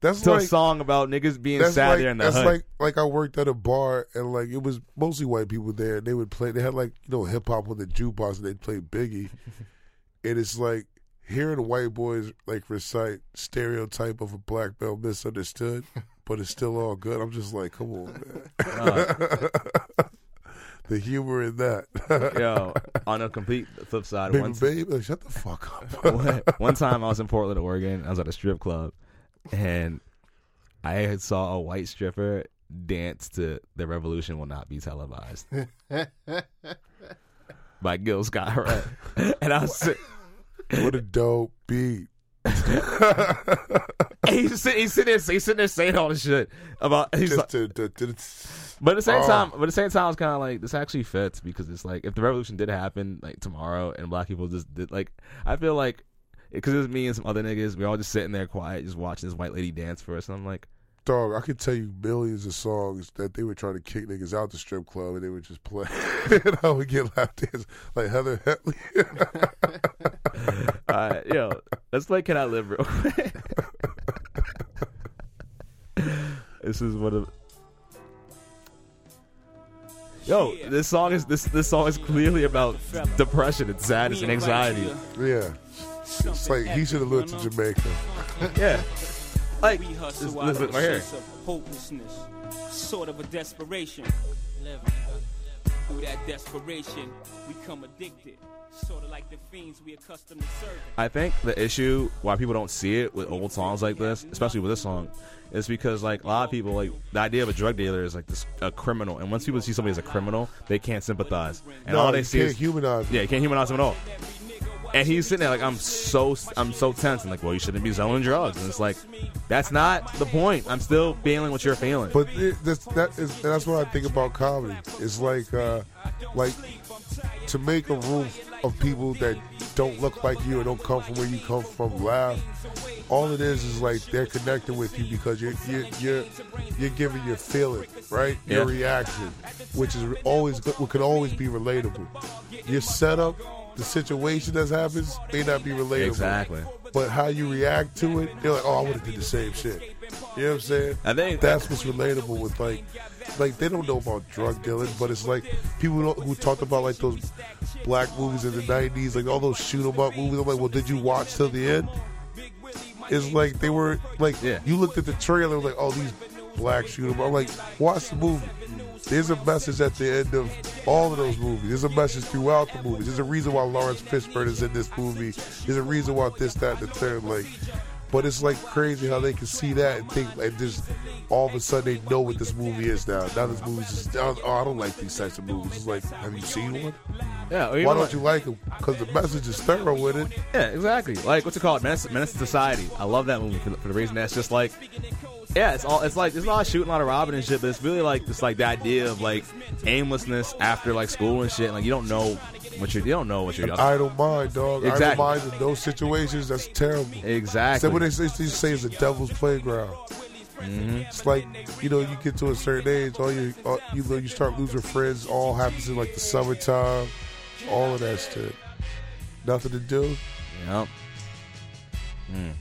Speaker 3: That's
Speaker 4: to
Speaker 3: like
Speaker 4: a song about niggas being
Speaker 3: that's
Speaker 4: sad
Speaker 3: like,
Speaker 4: there in the
Speaker 3: that's
Speaker 4: hood.
Speaker 3: like like I worked at a bar and like it was mostly white people there. And they would play. They had like you know hip hop on the jukebox and they'd play Biggie. and it's like hearing white boys like recite stereotype of a black male misunderstood, but it's still all good. I'm just like, come on, man. the humor in that.
Speaker 4: Yo, on a complete flip side,
Speaker 3: Baby,
Speaker 4: once
Speaker 3: babe, like, shut the fuck up.
Speaker 4: one one time I was in Portland, Oregon. I was at a strip club, and I had saw a white stripper dance to "The Revolution Will Not Be Televised" by Gil Scott, and I was. sit-
Speaker 3: what a dope beat.
Speaker 4: and He's sitting, he's sitting there, he's sitting there saying all this shit about. He's like,
Speaker 3: Just to- to- to-
Speaker 4: but at the same
Speaker 3: Oh.
Speaker 4: time, but at the same time, I was kind of like, this actually fits because it's like, if the revolution did happen like tomorrow and black people just did like, I feel like, because it was me and some other niggas, we all just sitting there quiet, just watching this white lady dance for us, and I'm like,
Speaker 3: Dog, I could tell you millions of songs that they were trying to kick niggas out the strip club and they would just play. and I would get lap dance like Heather Hetley.
Speaker 4: uh, yo, let's play Can I Live real quick. this is one of. Yo, this song is this this song is clearly about depression and sadness and anxiety.
Speaker 3: yeah. It's like he should have lived to Jamaica.
Speaker 4: Yeah, like
Speaker 6: We
Speaker 4: this-
Speaker 6: hustle out
Speaker 4: this-
Speaker 6: of
Speaker 4: right
Speaker 6: a
Speaker 4: here.
Speaker 6: sense of hopelessness, sort of a desperation. Through that desperation, we come addicted, sort of like the fiends we accustomed to serving.
Speaker 4: I think the issue why people don't see it with old songs like this, especially with this song, is because like a lot of people like the idea of a drug dealer is like this a criminal, and once people see somebody as a criminal, they can't sympathize, and
Speaker 3: No,
Speaker 4: all they
Speaker 3: you
Speaker 4: see
Speaker 3: can't
Speaker 4: is
Speaker 3: humanize it.
Speaker 4: Yeah, you can't humanize him at all. And he's sitting there like I'm so I'm so tense and like well you shouldn't be selling drugs and it's like that's not the point. I'm still feeling what you're feeling.
Speaker 3: But it, that's, that is, that's what I think about comedy. It's like, uh, like to make a room of people that don't look like you and don't come from where you come from laugh. All it is is like they're connecting with you because you're you're you're, you're giving your feeling, right? Your
Speaker 4: Yeah.
Speaker 3: reaction, which is always good- what can always be relatable. Your setup, the situation that happens may not be relatable.
Speaker 4: Exactly.
Speaker 3: But how you react to it, you're like, oh, I would have did the same shit. You know what I'm saying?
Speaker 4: I think-
Speaker 3: that's what's relatable with like, like they don't know about drug dealing, but it's like people don't, who talked about like those black movies in the '90s, like all those shoot 'em up movies. I'm like, well, did you watch till the end? It's like they were like,
Speaker 4: Yeah.
Speaker 3: you looked at the trailer, like, oh, these black shoot 'em up. I'm like, watch the movie. There's a message at the end of all of those movies. There's a message throughout the movies. There's a reason why Lawrence Fishburne is in this movie. There's a reason why this, that, and the third. Like, but it's like crazy how they can see that and think like just all of a sudden they know what this movie is now. Now this movie's just oh, I don't like these types of movies. It's like, have you seen one?
Speaker 4: yeah, or even
Speaker 3: Why
Speaker 4: like-
Speaker 3: don't you like them? Because the message is thorough with it.
Speaker 4: Yeah, exactly. Like what's it called? Menace, Menace to Society. I love that movie for the, for the reason that's just like, yeah, it's all it's like it's a lot of shooting, a lot of robbing and shit, but it's really like just like the idea of like aimlessness after like school and shit. and, Like you don't know what you're you don't know what you're up.
Speaker 3: Idle mind, dog.
Speaker 4: Exactly.
Speaker 3: Idle mind in those situations. That's terrible.
Speaker 4: Exactly.
Speaker 3: Except what they say, they say is the devil's playground.
Speaker 4: Mm-hmm.
Speaker 3: It's like you know, you get to a certain age, all you all, you know, you start losing friends. All happens in like the summertime, all of that shit. Nothing to do.
Speaker 4: Yep. Mm.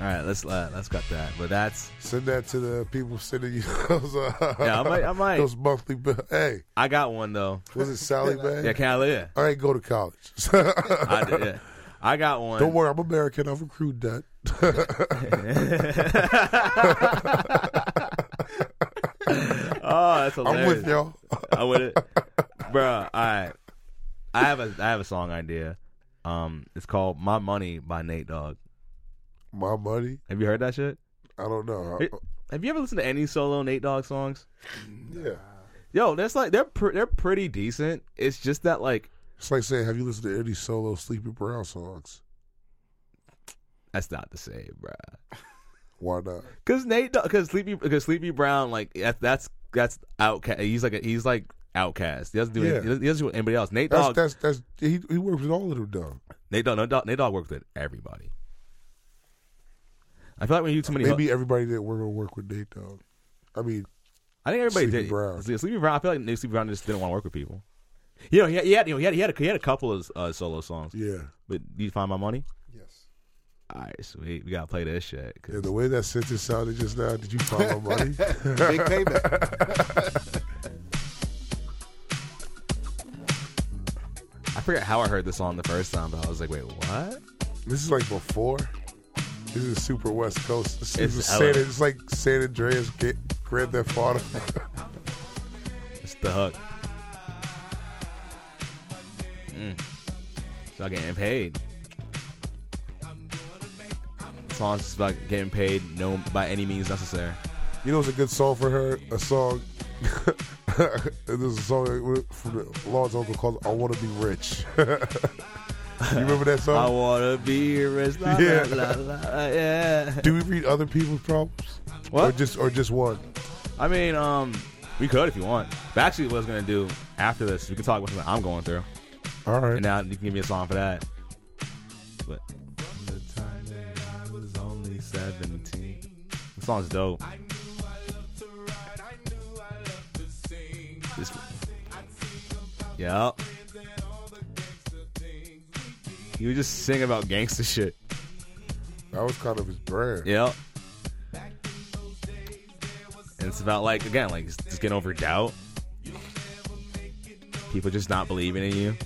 Speaker 4: All right, let's uh, let's cut that. But that's
Speaker 3: Send that to the people sending you those. Uh,
Speaker 4: Yeah, I might- I might.
Speaker 3: Those monthly. bill- Hey,
Speaker 4: I got one though.
Speaker 3: was it Sally Mae?
Speaker 4: Yeah, can I live?
Speaker 3: I ain't go to college.
Speaker 4: I did. Yeah. I got one.
Speaker 3: Don't worry, I'm American. I've accrued debt.
Speaker 4: Oh, that's
Speaker 3: I'm
Speaker 4: hilarious.
Speaker 3: with y'all.
Speaker 4: I would it. Bruh, alright. I have a I have a song idea. Um it's called My Money by Nate Dogg.
Speaker 3: My money.
Speaker 4: Have you heard that shit?
Speaker 3: I don't know.
Speaker 4: Hey. Have you ever listened to any solo Nate Dogg songs?
Speaker 3: Yeah.
Speaker 4: Yo, that's like they're pr- they're pretty decent. It's just that like
Speaker 3: It's like saying, have you listened to any solo Sleepy Brown songs?
Speaker 4: that's not the same, bruh.
Speaker 3: Why not?
Speaker 4: Cause Nate, because Sleepy, because Sleepy Brown, like that, that's that's outcast. He's like a, he's like outcast. He doesn't do
Speaker 3: Yeah.
Speaker 4: he, doesn't, he doesn't do anybody else. Nate
Speaker 3: That's
Speaker 4: Dogg,
Speaker 3: that's that's he he works with all of them though.
Speaker 4: Nate Dogg, no, Dogg- Nate Dogg worked with everybody. I feel like when you do too many,
Speaker 3: Maybe everybody that work will work with Nate Dogg. I mean,
Speaker 4: I think everybody
Speaker 3: Sleepy
Speaker 4: did.
Speaker 3: Brown.
Speaker 4: Yeah, Sleepy Brown. I feel like Nate Sleepy Brown just didn't want to work with people. You know, he had, he had, you know, he had, he had, a, he had a couple of uh, solo songs.
Speaker 3: yeah,
Speaker 4: But do you find my money?
Speaker 5: Yes.
Speaker 4: All right, sweet. We gotta play this shit. 'cause-
Speaker 3: Yeah, the way that sentence sounded just now, did you follow money?
Speaker 5: Big payback.
Speaker 4: I forget how I heard this song the first time, but I was like, wait, what?
Speaker 3: this is like before. This is super West Coast. This
Speaker 4: It's
Speaker 3: is
Speaker 4: LA.
Speaker 3: San, it's like San Andreas get, Grand Theft Auto.
Speaker 4: It's the hook. Mm. It's about getting paid. The song's about getting paid, no by any means necessary.
Speaker 3: you know, it's a good song for her. A song. There's a song from the Lord's Uncle called "I Want to Be Rich." you remember that
Speaker 4: I
Speaker 3: song?
Speaker 4: wanna be rich. La,
Speaker 3: Yeah.
Speaker 4: la, la, la, yeah.
Speaker 3: Do we read other people's problems, or
Speaker 4: What?
Speaker 3: just or just one?
Speaker 4: I mean, um, we could if you want. But actually, what I was gonna do after this, we can talk about something I'm going through,
Speaker 3: All right.
Speaker 4: and now you can give me a song for that. But the song's dope. This- Yup. He was just singing about gangster shit.
Speaker 3: That was kind of his brand.
Speaker 4: Yep. And it's about like again, like just getting over doubt. People just not believing in you.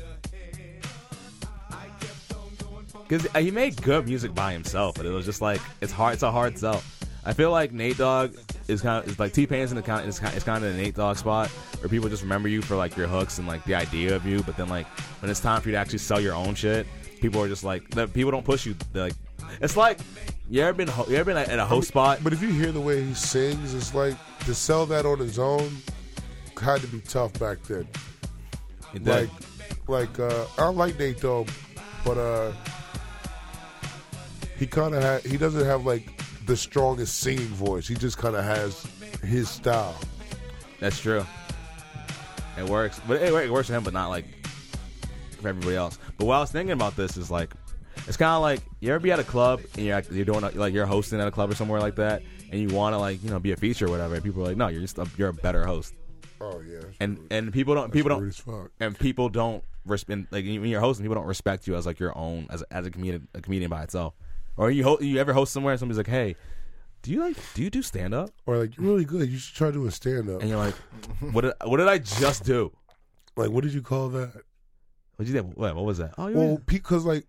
Speaker 4: Because uh, he made good music by himself, but it was just like it's hard. It's a hard sell. I feel like Nate Dogg is kind of is like T Pain's in the kind. It's kind, it's kind of the Nate Dogg spot where people just remember you for like your hooks and like the idea of you, but then like when it's time for you to actually sell your own shit, people are just like the, people don't push you. They're like it's like you ever been ho- you ever been at a host spot?
Speaker 3: But if you hear the way he sings, it's like to sell that on his own had to be tough back then.
Speaker 4: And then-
Speaker 3: Like, like uh, I don't like Nate Dogg, but uh, he kind of ha- he doesn't have like the strongest singing voice. He just kind of has his style.
Speaker 4: That's true. It works, but it, it works for him, but not like for everybody else. But what I was thinking about this is like, it's kind of like you ever be at a club and you're you're doing like you're hosting at a club or somewhere like that, and you want to like you know be a feature or whatever. And people are like, no, you're just a, you're a better host,
Speaker 3: Oh yeah, that's
Speaker 4: and
Speaker 3: rude.
Speaker 4: and people don't people
Speaker 3: That's rude
Speaker 4: don't
Speaker 3: as fuck.
Speaker 4: and people don't respect like when you're hosting, people don't respect you as like your own as a, as a comedian a comedian by itself. Or you ho- you ever host somewhere and somebody's like, hey, do you like do you do stand up?
Speaker 3: Or like you're really good. You should try doing stand up.
Speaker 4: And you're like, what did, what did I just do?
Speaker 3: Like what did you call that?
Speaker 4: What you think? What, what was that? Oh, you
Speaker 3: Well, because like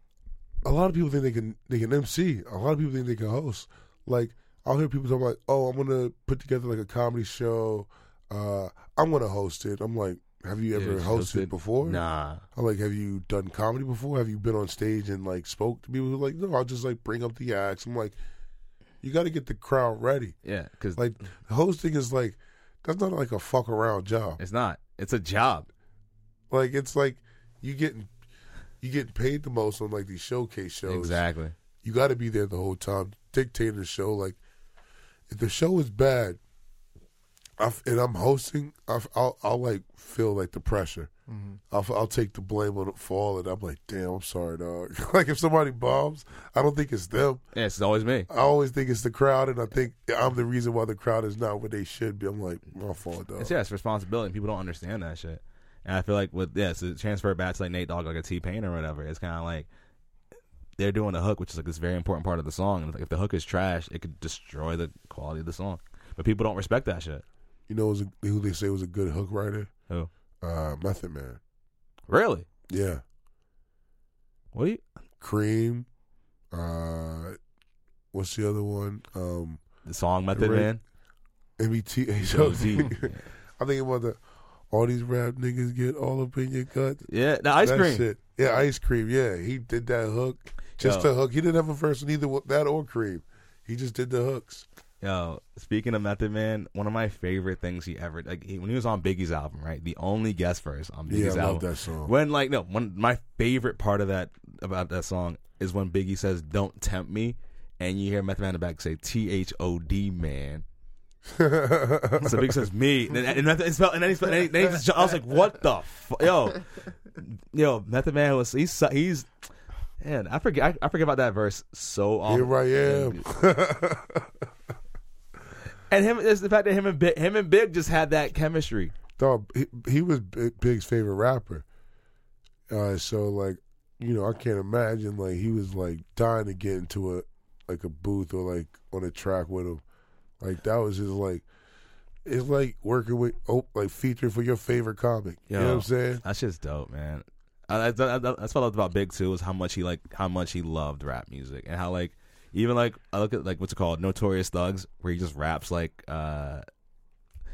Speaker 3: a lot of people think they can they can MC. A lot of people think they can host. Like I'll hear people talk like, "Oh, I'm gonna put together like a comedy show. Uh, I'm gonna host it." I'm like, "Have you ever hosted, before?"
Speaker 4: Nah.
Speaker 3: I'm like, "Have you done comedy before? Have you been on stage and like spoke to people?" Who like, "No, I'll just like bring up the acts." I'm like, "You got to get the crowd ready."
Speaker 4: Yeah, because
Speaker 3: Like hosting is like that's not like a fuck around job.
Speaker 4: it's not. It's a job.
Speaker 3: Like it's like you getting you getting paid the most on like these showcase shows.
Speaker 4: Exactly.
Speaker 3: You got to be there the whole time, dictating the show. Like, if the show is bad, I f and I'm hosting, I f- I'll, I'll like feel like the pressure. I'll, f will take the blame on it for all, and I'm like, damn, I'm sorry, dog. like if somebody bombs, I don't think it's them.
Speaker 4: Yeah, it's always me.
Speaker 3: I always think it's the crowd, and I think I'm the reason why the crowd is not what they should be. I'm like, my fault, dog.
Speaker 4: It's yeah, it's responsibility. and People don't understand that shit. And I feel like with yeah, so transfer it back to like Nate Dogg, like a T Pain or whatever. It's kind of like they're doing the hook, which is like this very important part of the song. And like if the hook is trash, it could destroy the quality of the song. But people don't respect that shit.
Speaker 3: You know who's a, who they say was a good hook writer?
Speaker 4: Who?
Speaker 3: Uh, Method Man.
Speaker 4: Really?
Speaker 3: Yeah,
Speaker 4: What do you?
Speaker 3: Cream. Uh, what's the other one? Um,
Speaker 4: The song Method
Speaker 3: Right.
Speaker 4: Man.
Speaker 3: MET
Speaker 4: Jay-Z.
Speaker 3: I think about the all these rap niggas get all up in your gut.
Speaker 4: Yeah, the ice
Speaker 3: That
Speaker 4: cream.
Speaker 3: shit. Yeah, ice cream. Yeah, he did that hook. Just
Speaker 4: Yo.
Speaker 3: the hook. He didn't have a verse in either one- that or cream. He just did the hooks.
Speaker 4: Yo, speaking of Method Man, one of my favorite things he ever like he, when he was on Biggie's album, right? The only guest verse on
Speaker 3: Yeah,
Speaker 4: Biggie's
Speaker 3: I
Speaker 4: album.
Speaker 3: love that song.
Speaker 4: When like no, one my favorite part of that about that song is when Biggie says "Don't tempt me," and you hear Method Man in the back say "T H O D man." so Biggie says "me," and, and, Method- it's spelled- and then he spelled, and then he just, I was like, "What the fu- yo, yo, Method Man was he's so- he's." Man, I forget I, I forget about that verse so often.
Speaker 3: Here I am.
Speaker 4: And him, it's the fact that him and Big, him and Big just had that chemistry.
Speaker 3: Dog, he, he was Big- Big's favorite rapper. Uh, so like, you know, I can't imagine like he was like dying to get into a like a booth or like on a track with him. Like that was just like it's like working with oh like featuring for your favorite comic. You know what I'm saying?
Speaker 4: That shit's dope, man. Uh, That's, that- that- that's what I loved about Big too was how much he like how much he loved rap music and how like even like I look at like what's it called Notorious Thugs where he just raps like uh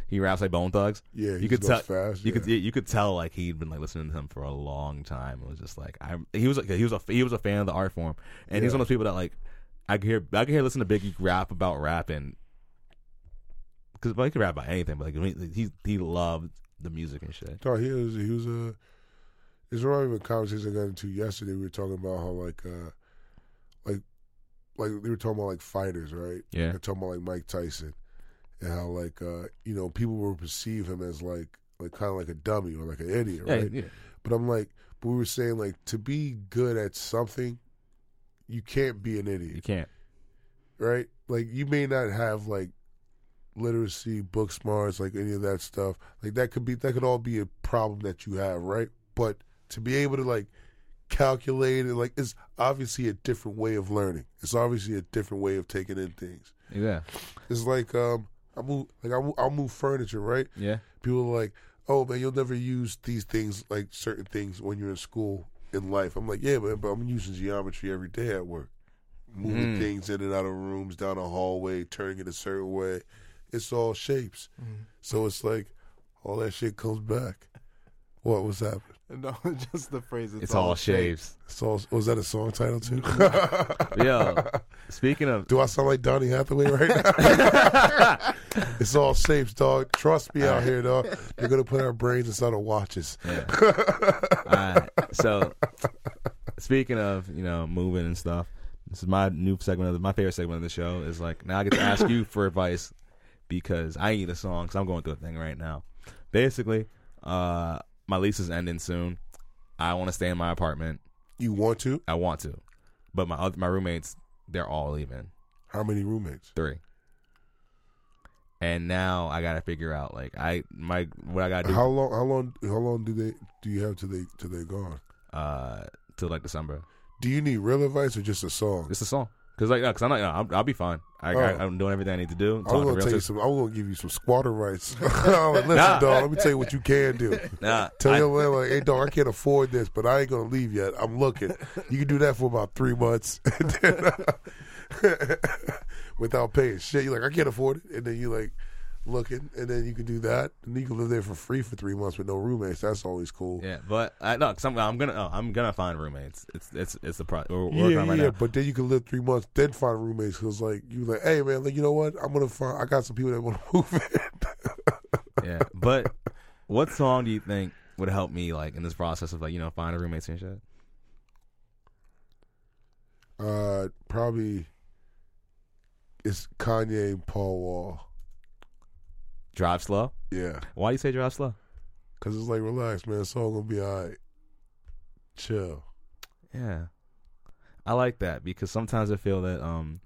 Speaker 4: he raps like Bone Thugs.
Speaker 3: Yeah, he
Speaker 4: you could
Speaker 3: just
Speaker 4: tell
Speaker 3: goes fast,
Speaker 4: you could
Speaker 3: yeah.
Speaker 4: you could tell like he'd been like listening to him for a long time. It was just like I he was like he was a he was a fan of the art form and he's one of those people that like I could hear I could hear listen to Biggie rap about rap and because he could rap about anything but like I mean, he he loved the music and shit.
Speaker 3: No, he was he was a. It's reminded me of a conversation I got into yesterday. We were talking about how like, uh like, like they were talking about like fighters, right?
Speaker 4: Yeah.
Speaker 3: And talking about like Mike Tyson, and how like uh you know people will perceive him as like like kind of like a dummy or like an idiot,
Speaker 4: Yeah,
Speaker 3: right?
Speaker 4: yeah.
Speaker 3: But I'm like, but we were saying like to be good at something, you can't be an idiot
Speaker 4: You can't.
Speaker 3: right? Like you may not have like literacy, book smarts, like any of that stuff. Like that could be that could all be a problem that you have, right? But to be able to like calculate it, like it's obviously a different way of learning. It's obviously a different way of taking in things.
Speaker 4: Yeah.
Speaker 3: It's like um, I move like I move, I'll move furniture, right?
Speaker 4: Yeah.
Speaker 3: people are like, "Oh man, you'll never use these things like certain things when you're in school in life." I'm like, "Yeah, man, but I'm using geometry every day at work, moving things in and out of rooms, down a hallway, turning it a certain way. It's all shapes, so it's like all that shit comes back. What was happening?
Speaker 5: No, just the phrase. It's,
Speaker 4: It's all shapes.
Speaker 3: It's all, was that a song title too?
Speaker 4: Yo, speaking of,
Speaker 3: Do I sound like Donnie Hathaway right now? it's all shapes, dog. Trust me out here, dog. They're gonna put our brains inside of watches.
Speaker 4: uh, so speaking of, you know, moving and stuff. This is my new segment of the, my favorite segment of the show is like now I get to ask you for advice because I need a song because I'm going through a thing right now. Basically, uh, my lease is ending soon. I want to stay in my apartment.
Speaker 3: You want to?
Speaker 4: I want to, but my other, my roommates they're all leaving.
Speaker 3: How many roommates?
Speaker 4: three. And now I gotta figure out like I my what I gotta do
Speaker 3: How long? How long? How long do they? Do you have till they till they gone?
Speaker 4: uh till like December.
Speaker 3: Do you need real advice or just a song?
Speaker 4: It's a song because like uh, because I'm not I'll, I'll be fine. I, I
Speaker 3: Oh.
Speaker 4: I'm doing everything I need to do.
Speaker 3: I'm gonna tell you some. I'm gonna give you some squatter rights. I'm like, Listen, dog. Let me tell you what you can do.
Speaker 4: Nah,
Speaker 3: Tell
Speaker 4: I-
Speaker 3: your landlord, hey, dog, I can't afford this, but I ain't gonna leave yet. I'm looking. You can do that for about three months, and then, without paying shit. You're like, I can't afford it, and then you like looking, and then you can do that, and you can live there for free for three months with no roommates. That's always cool.
Speaker 4: yeah, but I no, cause I'm, I'm gonna oh, I'm gonna find roommates. It's it's it's the pro. We're working
Speaker 3: Yeah,
Speaker 4: on right
Speaker 3: yeah,
Speaker 4: now.
Speaker 3: but then you can live three months, then find roommates. Cause like you like, hey man, like you know what? I'm gonna find. I got some people that want to move in.
Speaker 4: yeah, but what song do you think would help me like in this process of like you know finding roommates and shit?
Speaker 3: uh, probably it's Kanye and Paul Wall.
Speaker 4: Drive slow.
Speaker 3: Yeah,
Speaker 4: Why do you say drive slow?
Speaker 3: cause it's like relax, man. It's all gonna be alright. Chill.
Speaker 4: Yeah. I like that because sometimes I feel that um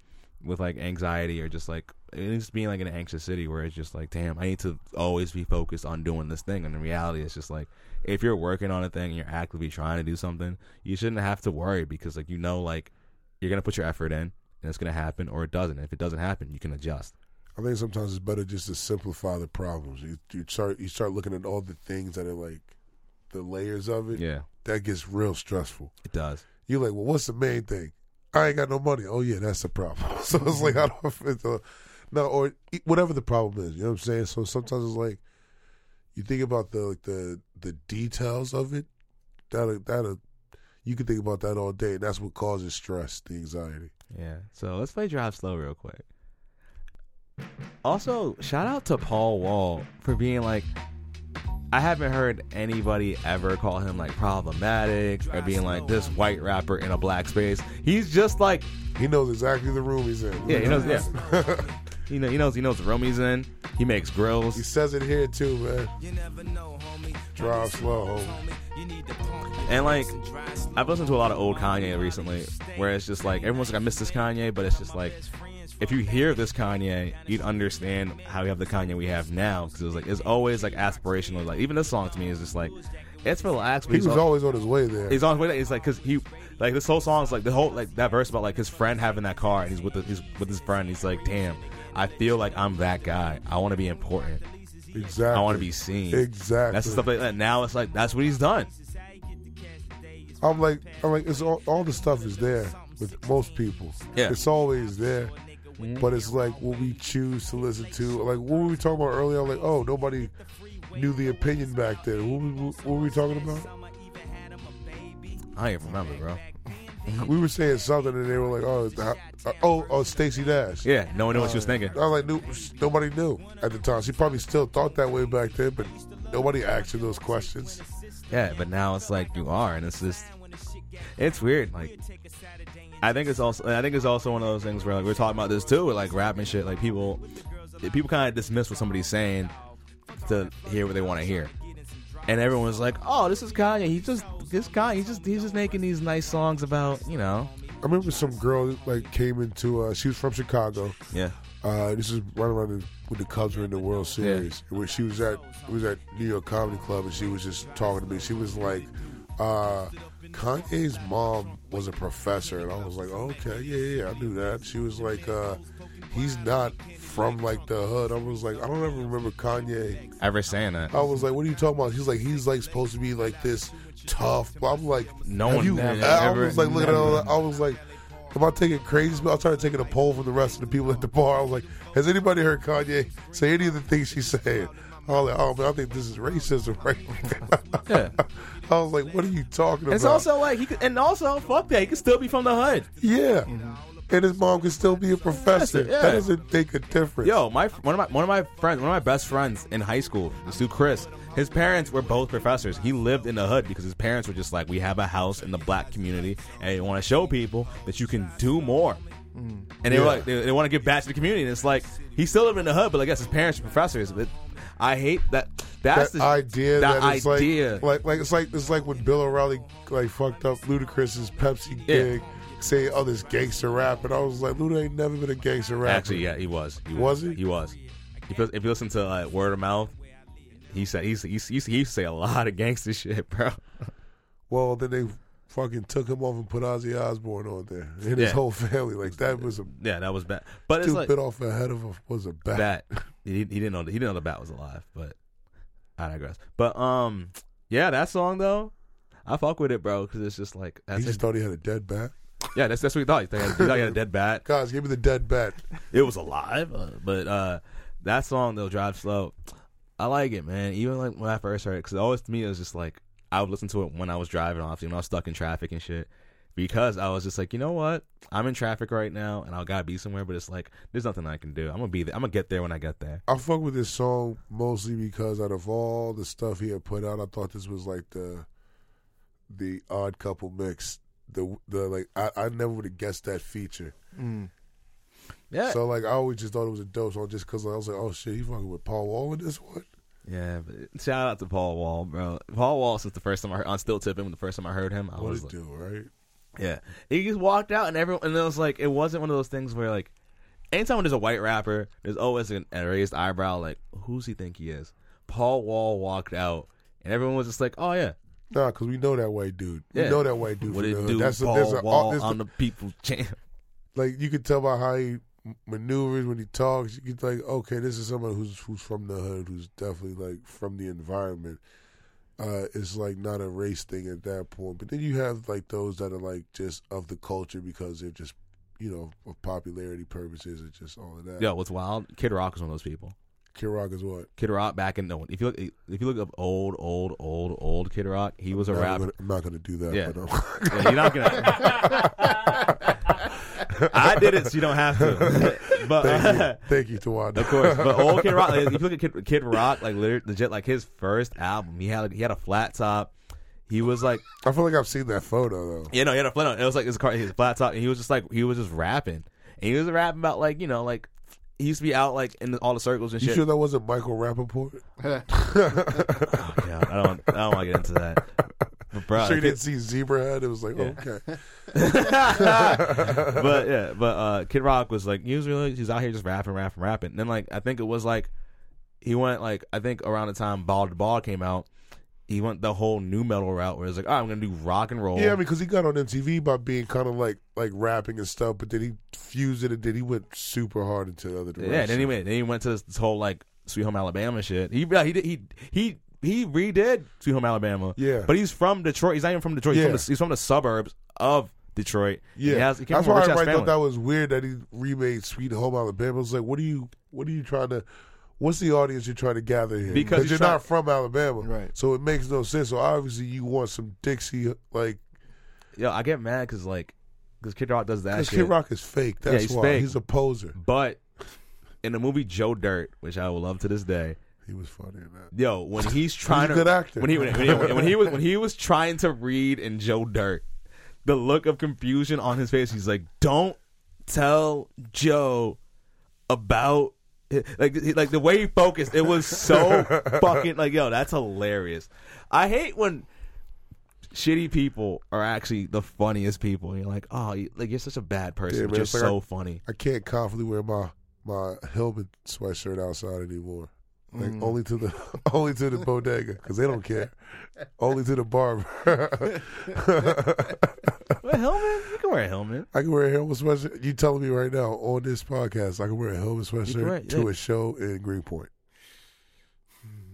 Speaker 4: with like anxiety or just like and it's being like in an anxious city where it's just like, damn, I need to always be focused on doing this thing. And in reality, it's just like if you're working on a thing and you're actively trying to do something, you shouldn't have to worry because like you know like you're gonna put your effort in and it's gonna happen or it doesn't. If it doesn't happen, you can adjust.
Speaker 3: I think sometimes it's better just to simplify the problems. You you start you start looking at all the things that are like the layers of it.
Speaker 4: Yeah,
Speaker 3: that gets real stressful.
Speaker 4: it does.
Speaker 3: you're like, well, what's the main thing? I ain't got no money. Oh yeah, that's the problem. so it's like I don't fit the no or e- whatever the problem is. You know what I'm saying? So sometimes it's like you think about the like the the details of it. That that you can think about that all day, and that's what causes stress, the anxiety.
Speaker 4: Yeah. So let's play Drive Slow real quick. Also, shout out to Paul Wall for being like I haven't heard anybody ever call him like problematic or being like this white rapper in a black space. He's just like
Speaker 3: He knows exactly the room he's in.
Speaker 4: yeah, he knows yeah. he know he knows he knows the room he's in. He makes
Speaker 3: He
Speaker 4: grills.
Speaker 3: says it here too, man.
Speaker 7: You never know, homie.
Speaker 3: Drive slow, homie.
Speaker 7: You need to pump it.
Speaker 4: And like
Speaker 7: Drive slow.
Speaker 4: I've listened to a lot of old Kanye recently where it's just like everyone's like I miss this Kanye, but it's just like if you hear this Kanye, you'd understand how we have the Kanye we have now because it was like it's always like aspirational. Like even this song to me is just like It's relaxed. But
Speaker 3: He
Speaker 4: he's,
Speaker 3: was
Speaker 4: al-
Speaker 3: always on his way there.
Speaker 4: he's on his way. there. He's like, cause he, like this whole song's like the whole like that verse about like his friend having that car and he's with the, he's with his friend. He's like, damn, I feel like I'm that guy. I want to be important.
Speaker 3: exactly.
Speaker 4: I want to be seen.
Speaker 3: Exactly.
Speaker 4: That's the stuff like that. Now it's like that's what he's done.
Speaker 3: I'm like, I'm like, it's all, all the stuff is there with most people.
Speaker 4: Yeah. Mm-hmm.
Speaker 3: it's always there, but it's like what we choose to listen to. Like what were we talking about earlier? I'm like, oh, nobody knew the opinion back then. What, we, what were we talking about?
Speaker 4: I don't even remember, bro. Mm-hmm.
Speaker 3: We were saying something, and they were like, oh, it's the, uh, oh, oh, Stacey Dash.
Speaker 4: Yeah, no one knew what she was thinking.
Speaker 3: I was like, knew, nobody knew at the time. She probably still thought that way back then, but nobody asked her those questions.
Speaker 4: Yeah, but now it's like you are, and it's just it's weird. Like I think it's also I think it's also one of those things where like we're talking about this too, with like rap and shit. Like people people kind of dismiss what somebody's saying to hear what they want to hear. And everyone's like, "Oh, this is Kanye. He's just this guy. He's just he's just making these nice songs about you know."
Speaker 3: I remember some girl like came into. Uh, she was from Chicago.
Speaker 4: Yeah,
Speaker 3: Uh, this is right around the, when the Cubs were in the World Series. When she was at was at New York Comedy Club, and she was just talking to me. She was like, uh, "Kanye's mom was a professor," and I was like, "Okay, yeah, yeah, I knew that." She was like, uh, "He's not from like the hood." I was like, "I don't ever remember Kanye."
Speaker 4: ever saying that?
Speaker 3: I was like, "What are you talking about?" He's like, "He's like supposed to be like this tough." I'm like,
Speaker 4: No
Speaker 3: have
Speaker 4: one
Speaker 3: you-
Speaker 4: ever-
Speaker 3: I, was like, looking at all
Speaker 4: never.
Speaker 3: that. I was like, "Am I taking crazy?" I started taking a poll from the rest of the people at the bar. I was like, "Has anybody heard Kanye say any of the things she's saying?" I was like, "Oh man, I think this is racism right
Speaker 4: Yeah.
Speaker 3: now." I was like, "What are you talking
Speaker 4: It's
Speaker 3: about?"
Speaker 4: also like he could, and also fuck that. He could still be from the hood.
Speaker 3: yeah.
Speaker 4: Mm-hmm.
Speaker 3: And his mom could still be a professor.
Speaker 4: Professor, yeah.
Speaker 3: That doesn't make a difference.
Speaker 4: Yo, my one of my one of my friends, one of my best friends in high school, this dude Chris. His parents were both professors. He lived in the hood because his parents were just like, we have a house in the black community, and they want to show people that you can do more. And they
Speaker 3: Mm. Yeah.
Speaker 4: were like, they, they want to give back to the community. And it's like he still lived in the hood, but I guess his parents are professors. But I hate that. That's
Speaker 3: that
Speaker 4: the
Speaker 3: idea
Speaker 4: That,
Speaker 3: that, it's
Speaker 4: idea.
Speaker 3: like, like like it's like it's like when Bill O'Reilly like fucked up Ludacris's Pepsi
Speaker 4: Yeah.
Speaker 3: gig, saying oh this gangster rap, and I was like Luda ain't never been a gangster rapper.
Speaker 4: Actually, yeah, he was. He
Speaker 3: Was he?
Speaker 4: He was. If you, if you listen to like, word of mouth, he said he he he used to say a lot of gangster shit, bro.
Speaker 3: Well, then they fucking took him off and put Ozzy Osbourne on there and his
Speaker 4: Yeah.
Speaker 3: whole family. Like that was a
Speaker 4: Yeah, that was bad. But it's
Speaker 3: dude
Speaker 4: like
Speaker 3: bit off the head of a was a bat.
Speaker 4: bat. He, he didn't know. He didn't know the bat was alive. But I digress. But um, yeah, that song though, I fuck with it, bro, because it's just like
Speaker 3: He
Speaker 4: that's
Speaker 3: just
Speaker 4: it.
Speaker 3: thought he had a dead bat.
Speaker 4: yeah, that's that's what he thought. He thought he had- he thought he had a dead bat.
Speaker 3: Guys, give me the dead bat.
Speaker 4: It was alive, uh, but uh, that song though, Drive Slow, I like it, man. Even like when I first heard it, because always to me it was just like I would listen to it when I was driving, obviously when I was stuck in traffic and shit. Because I was just like, you know what? I'm in traffic right now, and I gotta be somewhere. But it's like, there's nothing I can do. I'm gonna be there. I'm gonna get there when I get there.
Speaker 3: I fuck with this song mostly because out of all the stuff he had put out, I thought this was like the the odd couple mix. The the like I, I never would have guessed that feature.
Speaker 4: Yeah.
Speaker 3: So like I always just thought it was a dope song just because I was like, oh shit, he fucking with Paul Wall in this one.
Speaker 4: Yeah, but shout out to Paul Wall, bro. Paul Wall since the first time I heard, I'm still tipping. The first time I heard him, I
Speaker 3: What
Speaker 4: was
Speaker 3: it
Speaker 4: like,
Speaker 3: do, right?
Speaker 4: yeah. He just walked out, and everyone, and it was like, it wasn't one of those things where like, anytime when there's a white rapper, there's always an, a raised eyebrow, like, who's he think he is? Paul Wall walked out, and everyone was just like, oh yeah,
Speaker 3: Nah, because we know that white dude. We
Speaker 4: Yeah.
Speaker 3: know that white dude.
Speaker 4: what
Speaker 3: from the
Speaker 4: it
Speaker 3: hood.
Speaker 4: do?
Speaker 3: That's a,
Speaker 4: Paul
Speaker 3: there's a, uh,
Speaker 4: Wall,
Speaker 3: there's a-
Speaker 4: I'm the people champ.
Speaker 3: like you could tell by how he m- maneuvers when he talks. You could like, okay, this is someone who's who's from the hood, who's definitely like from the environment. Uh, it's like not a race thing at that point. But then you have like those that are like just of the culture because they're just you know for popularity purposes and just all of that.
Speaker 4: Yo, what's wild? Kid Rock was one of those people.
Speaker 3: Kid Rock is what
Speaker 4: Kid Rock back in the if you look if you look up old old old old Kid Rock, he was a
Speaker 3: Now, I'm,
Speaker 4: rapper.
Speaker 3: gonna, I'm not gonna do that.
Speaker 4: Yeah.
Speaker 3: But, um,
Speaker 4: Yeah, you're not gonna. I did it, so you don't have to. but
Speaker 3: thank
Speaker 4: uh,
Speaker 3: you, thank you, Tawanda.
Speaker 4: of course, but old Kid Rock. Like, if you look at Kid, Kid Rock, like literally, legit, like his first album, he had like, he had a flat top. He was like,
Speaker 3: I feel like I've seen that photo though.
Speaker 4: you know, he had a flat. Top. It was like his car, his flat top, and he was just like he was just rapping, and he was rapping about like you know like he used to be out like in the, all the circles and
Speaker 3: You
Speaker 4: shit.
Speaker 3: sure that wasn't Michael Rappaport?
Speaker 4: Yeah, I don't I don't want to get into that. But bro,
Speaker 3: sure you didn't see Zebrahead? It was like, okay.
Speaker 4: but yeah, but uh, Kid Rock was like, he was really, he's out here just rapping, rapping, rapping. then like, I think it was like, he went like, I think around the time Ball to Ball came out, he- he went the whole new metal route where it's like, all right, I'm gonna do rock and roll.
Speaker 3: Yeah, I mean, because he got on MTV by being kind of like like rapping and stuff, but then he fused it and then he went super hard into the other direction.
Speaker 4: yeah. Then he went, then he went to this, this whole like Sweet Home Alabama shit. He yeah, he did, he he he redid Sweet Home Alabama.
Speaker 3: Yeah.
Speaker 4: but he's from Detroit. He's not even from Detroit. He's,
Speaker 3: Yeah.
Speaker 4: from the, he's from the suburbs of Detroit.
Speaker 3: Yeah,
Speaker 4: he has, he came
Speaker 3: that's
Speaker 4: from a
Speaker 3: why I
Speaker 4: rich-ass
Speaker 3: right thought
Speaker 4: family.
Speaker 3: that was weird that he remade Sweet Home Alabama. I was like, what are you, what are you trying to, what's the audience you're trying to gather here?
Speaker 4: Because he's
Speaker 3: you're
Speaker 4: trying-
Speaker 3: not from Alabama,
Speaker 5: Right.
Speaker 3: So it makes no sense. So obviously you want some Dixie, like
Speaker 4: Yo, I get mad because like because Kid Rock does that
Speaker 3: because
Speaker 4: shit.
Speaker 3: Kid Rock is fake. That's
Speaker 4: he's
Speaker 3: why
Speaker 4: fake.
Speaker 3: he's a poser.
Speaker 4: But in the movie Joe Dirt, which I will love to this day,
Speaker 3: He was funny in that.
Speaker 4: yo, when he's trying
Speaker 3: a
Speaker 4: to
Speaker 3: good actor.
Speaker 4: when he when, he- when he was when he was trying to read in Joe Dirt, the look of confusion on his face, he's like, "Don't tell Joe about." it." Like, he- like the way he focused, it was so fucking like, yo, that's hilarious. I hate when shitty people are actually the funniest people. And you're like, oh, you, like you're such a bad person,
Speaker 3: Yeah,
Speaker 4: but
Speaker 3: man,
Speaker 4: you're
Speaker 3: it's like
Speaker 4: so
Speaker 3: I-
Speaker 4: funny.
Speaker 3: I can't confidently wear my my Hellman sweatshirt outside anymore. Like
Speaker 4: Mm.
Speaker 3: only to the only to the bodega because they don't care. only to the barber.
Speaker 4: Well, Hellman, you can wear a helmet.
Speaker 3: I can wear a Helmet sweatshirt. You telling me right now on this podcast, I can wear a Helmet sweatshirt
Speaker 4: right,
Speaker 3: to
Speaker 4: yeah.
Speaker 3: a show in Greenpoint.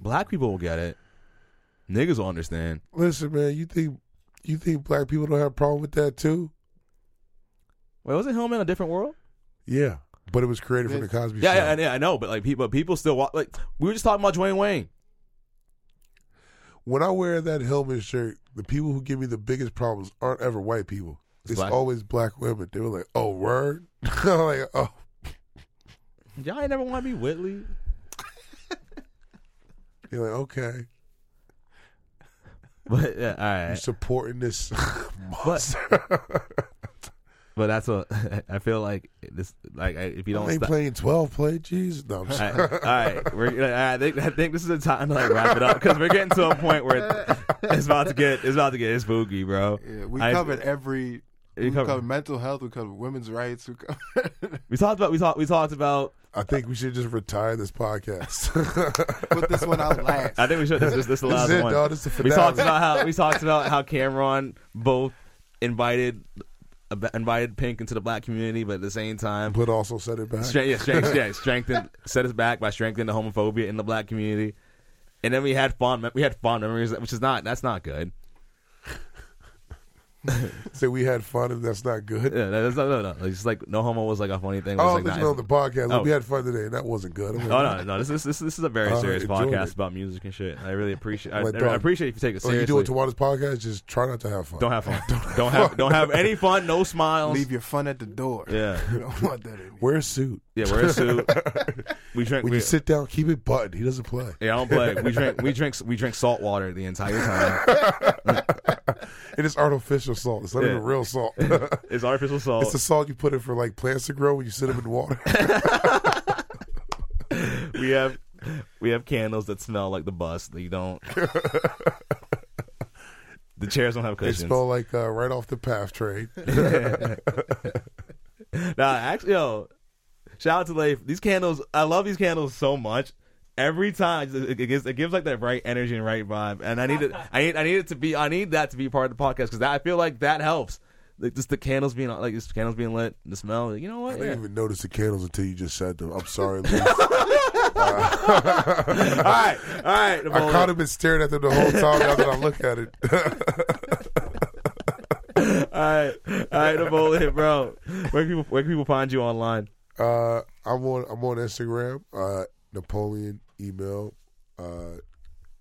Speaker 4: Black people will get it. Niggas will understand.
Speaker 3: Listen, man, you think you think black people don't have a problem with that too?
Speaker 4: Wait, wasn't Hellman a different world?
Speaker 3: Yeah, but it was created from the Cosby
Speaker 4: Yeah,
Speaker 3: Show.
Speaker 4: yeah, yeah, I know, but like people, people still wa- like. We were just talking about Dwayne Wayne.
Speaker 3: When I wear that Helmet shirt, the people who give me the biggest problems aren't ever white people. It's,
Speaker 4: black.
Speaker 3: always black women. They were like, "Oh, word," I'm like, "Oh,
Speaker 4: Y'all ain't never want to be Whitley.
Speaker 3: you're like, okay,
Speaker 4: But yeah, all
Speaker 3: you're
Speaker 4: right.
Speaker 3: supporting this
Speaker 4: But, but that's what I feel like. This like I- if you don't.
Speaker 3: they
Speaker 4: stop-
Speaker 3: playing twelve play. Jeez, no, I'm
Speaker 4: all
Speaker 3: sorry.
Speaker 4: right, all right. We're, all right, I think I think this is the time to like wrap it up because we're getting to a point where it's about to get it's about to get spooky, bro.
Speaker 5: Yeah, we
Speaker 4: I-
Speaker 5: covered every.
Speaker 4: We
Speaker 5: We, covered,
Speaker 4: covered-
Speaker 5: mental health. We covered women's rights. We covered,
Speaker 4: We talked about we talked we talked about.
Speaker 3: I think we should just retire this podcast.
Speaker 5: put this one out last.
Speaker 4: I think we should. This, this, this is the
Speaker 3: This
Speaker 4: last
Speaker 3: is it,
Speaker 4: one.
Speaker 3: dawg. This is the
Speaker 4: we
Speaker 3: finale.
Speaker 4: talked about how we talked about how Cameron both invited ab- invited Pink into the black community, but at the same time,
Speaker 3: but also set it back.
Speaker 4: stre- yeah, strength, yeah, strengthened set us back by strengthening the homophobia in the black community. And then we had fond mem- we had fond memories, which is not that's not good.
Speaker 3: Say we had fun and that's not good.
Speaker 4: Yeah, that's not, no, no, no. It's just like no homo was like a funny thing. It
Speaker 3: Oh,
Speaker 4: was,
Speaker 3: this
Speaker 4: like,
Speaker 3: is
Speaker 4: not-
Speaker 3: on the podcast. Like,
Speaker 4: Oh.
Speaker 3: We had fun today and that wasn't good. I'm like,
Speaker 4: Oh no, no! This is this, is- this is a very
Speaker 3: I
Speaker 4: serious
Speaker 3: enjoyed
Speaker 4: podcast
Speaker 3: it.
Speaker 4: about music and shit. I really appreciate. I,
Speaker 3: Like,
Speaker 4: I
Speaker 3: dog,
Speaker 4: appreciate if you take it
Speaker 3: oh,
Speaker 4: seriously.
Speaker 3: you do it to Juana's podcast, just try not to have fun.
Speaker 4: Don't have fun. don't have don't have any fun. No smiles.
Speaker 5: Leave your fun at the door.
Speaker 4: Yeah.
Speaker 5: we don't want that anymore.
Speaker 3: Wear a suit.
Speaker 4: Yeah, wear a suit. we drink.
Speaker 3: When
Speaker 4: We,
Speaker 3: you sit down, keep it buttoned. He doesn't play.
Speaker 4: yeah, I don't play. We drink. We drink. We drink salt water the entire time.
Speaker 3: And it's artificial salt. It's not
Speaker 4: Yeah. Oh.
Speaker 3: even real salt.
Speaker 4: It's artificial salt.
Speaker 3: it's the salt you put in for like plants to grow when you sit them in water.
Speaker 4: we have. We have candles that smell like the bus. That you don't. the chairs don't have
Speaker 3: they
Speaker 4: cushions.
Speaker 3: smell like uh, right off the path train.
Speaker 4: Nah, actually, yo, shout out to Leif. These candles, I love these candles so much. Every time it it gives, it gives like that right energy and right vibe, and I need it. I need, I need it to be. I need that to be part of the podcast because I feel like that helps. Like just the candles being like just the candles being lit, the smell. You
Speaker 3: I
Speaker 4: know what?
Speaker 3: didn't
Speaker 4: Yeah.
Speaker 3: even notice the candles until you just said them. I'm sorry, Lee.
Speaker 4: all right, all right.
Speaker 3: I
Speaker 4: Napoleon.
Speaker 3: kind of been staring at them the whole time now that I look at it.
Speaker 4: All right, all right, Napoleon, bro. Where can people where can people find you online?
Speaker 3: Uh, I'm on I'm on Instagram. Uh, Napoleon email. Uh,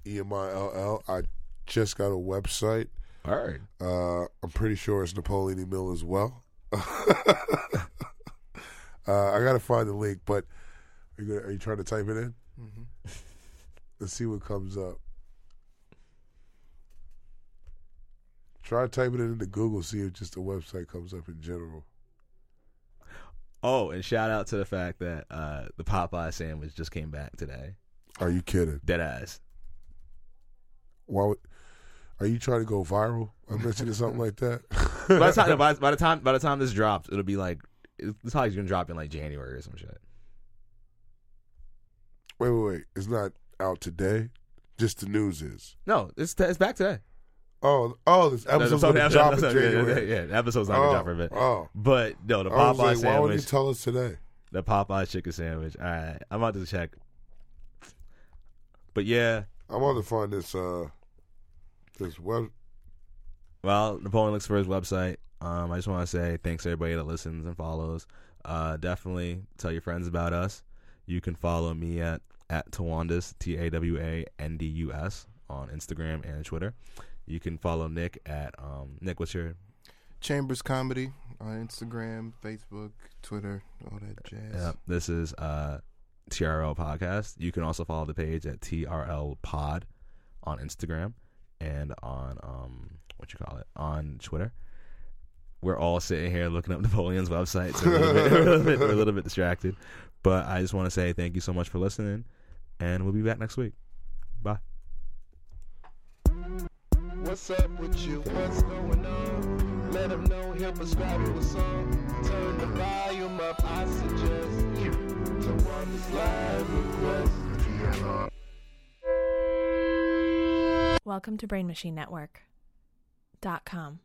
Speaker 3: E M I L L. I just got a website.
Speaker 4: All right,
Speaker 3: Uh, I'm pretty sure it's Napoleon email as well. uh, I gotta find the link, but are you, gonna, are you trying to type it in?
Speaker 4: Mm-hmm.
Speaker 3: Let's see what comes up. Try typing it into Google, see if just the website comes up in general.
Speaker 4: Oh, and shout out to the fact that uh, the Popeye sandwich just came back today.
Speaker 3: Are you kidding?
Speaker 4: Dead ass.
Speaker 3: Why would, are you trying to go viral? I mentioning something like that.
Speaker 4: by the time by, by the time by the time this drops, it'll be like this probably gonna drop in like January or some shit.
Speaker 3: Wait, wait, wait. It's not out today. Just the news is.
Speaker 4: No, it's it's back today.
Speaker 3: Oh, oh, this
Speaker 4: No,
Speaker 3: episode's
Speaker 4: the-
Speaker 3: gonna drop in
Speaker 4: episode- yeah, yeah,
Speaker 3: January.
Speaker 4: Yeah, yeah, the episode's not
Speaker 3: Oh,
Speaker 4: gonna drop for a bit.
Speaker 3: oh.
Speaker 4: But no, the
Speaker 3: I
Speaker 4: Popeye
Speaker 3: was like, why would you
Speaker 4: sandwich,
Speaker 3: tell us today?
Speaker 4: the Popeye chicken sandwich. All right, I'm about to check. But yeah,
Speaker 3: I want to find this uh this web.
Speaker 4: Well, Napoleon looks for his website. Um, I just want to say thanks to everybody that listens and follows. Uh, definitely tell your friends about us. You can follow me at at Tawandus T A W A N D U S on Instagram and Twitter. You can follow Nick at um, Nick. What's your
Speaker 5: Chambers Comedy on Instagram, Facebook, Twitter, all that jazz.
Speaker 4: Yeah, this is uh, TRL Podcast. You can also follow the page at TRL Pod on Instagram and on um, what you call it on Twitter. We're all sitting here looking up Napoleon's website, so we're a little bit, we're a little bit, we're a little bit distracted. But I just want to say thank you so much for listening, and we'll be back next week. Bye.
Speaker 2: What's up with you? What's going on? Let them know he'll prescribe you a song. Turn the volume up, I suggest you to one this live request.
Speaker 1: Welcome to BrainMachineNetwork.com.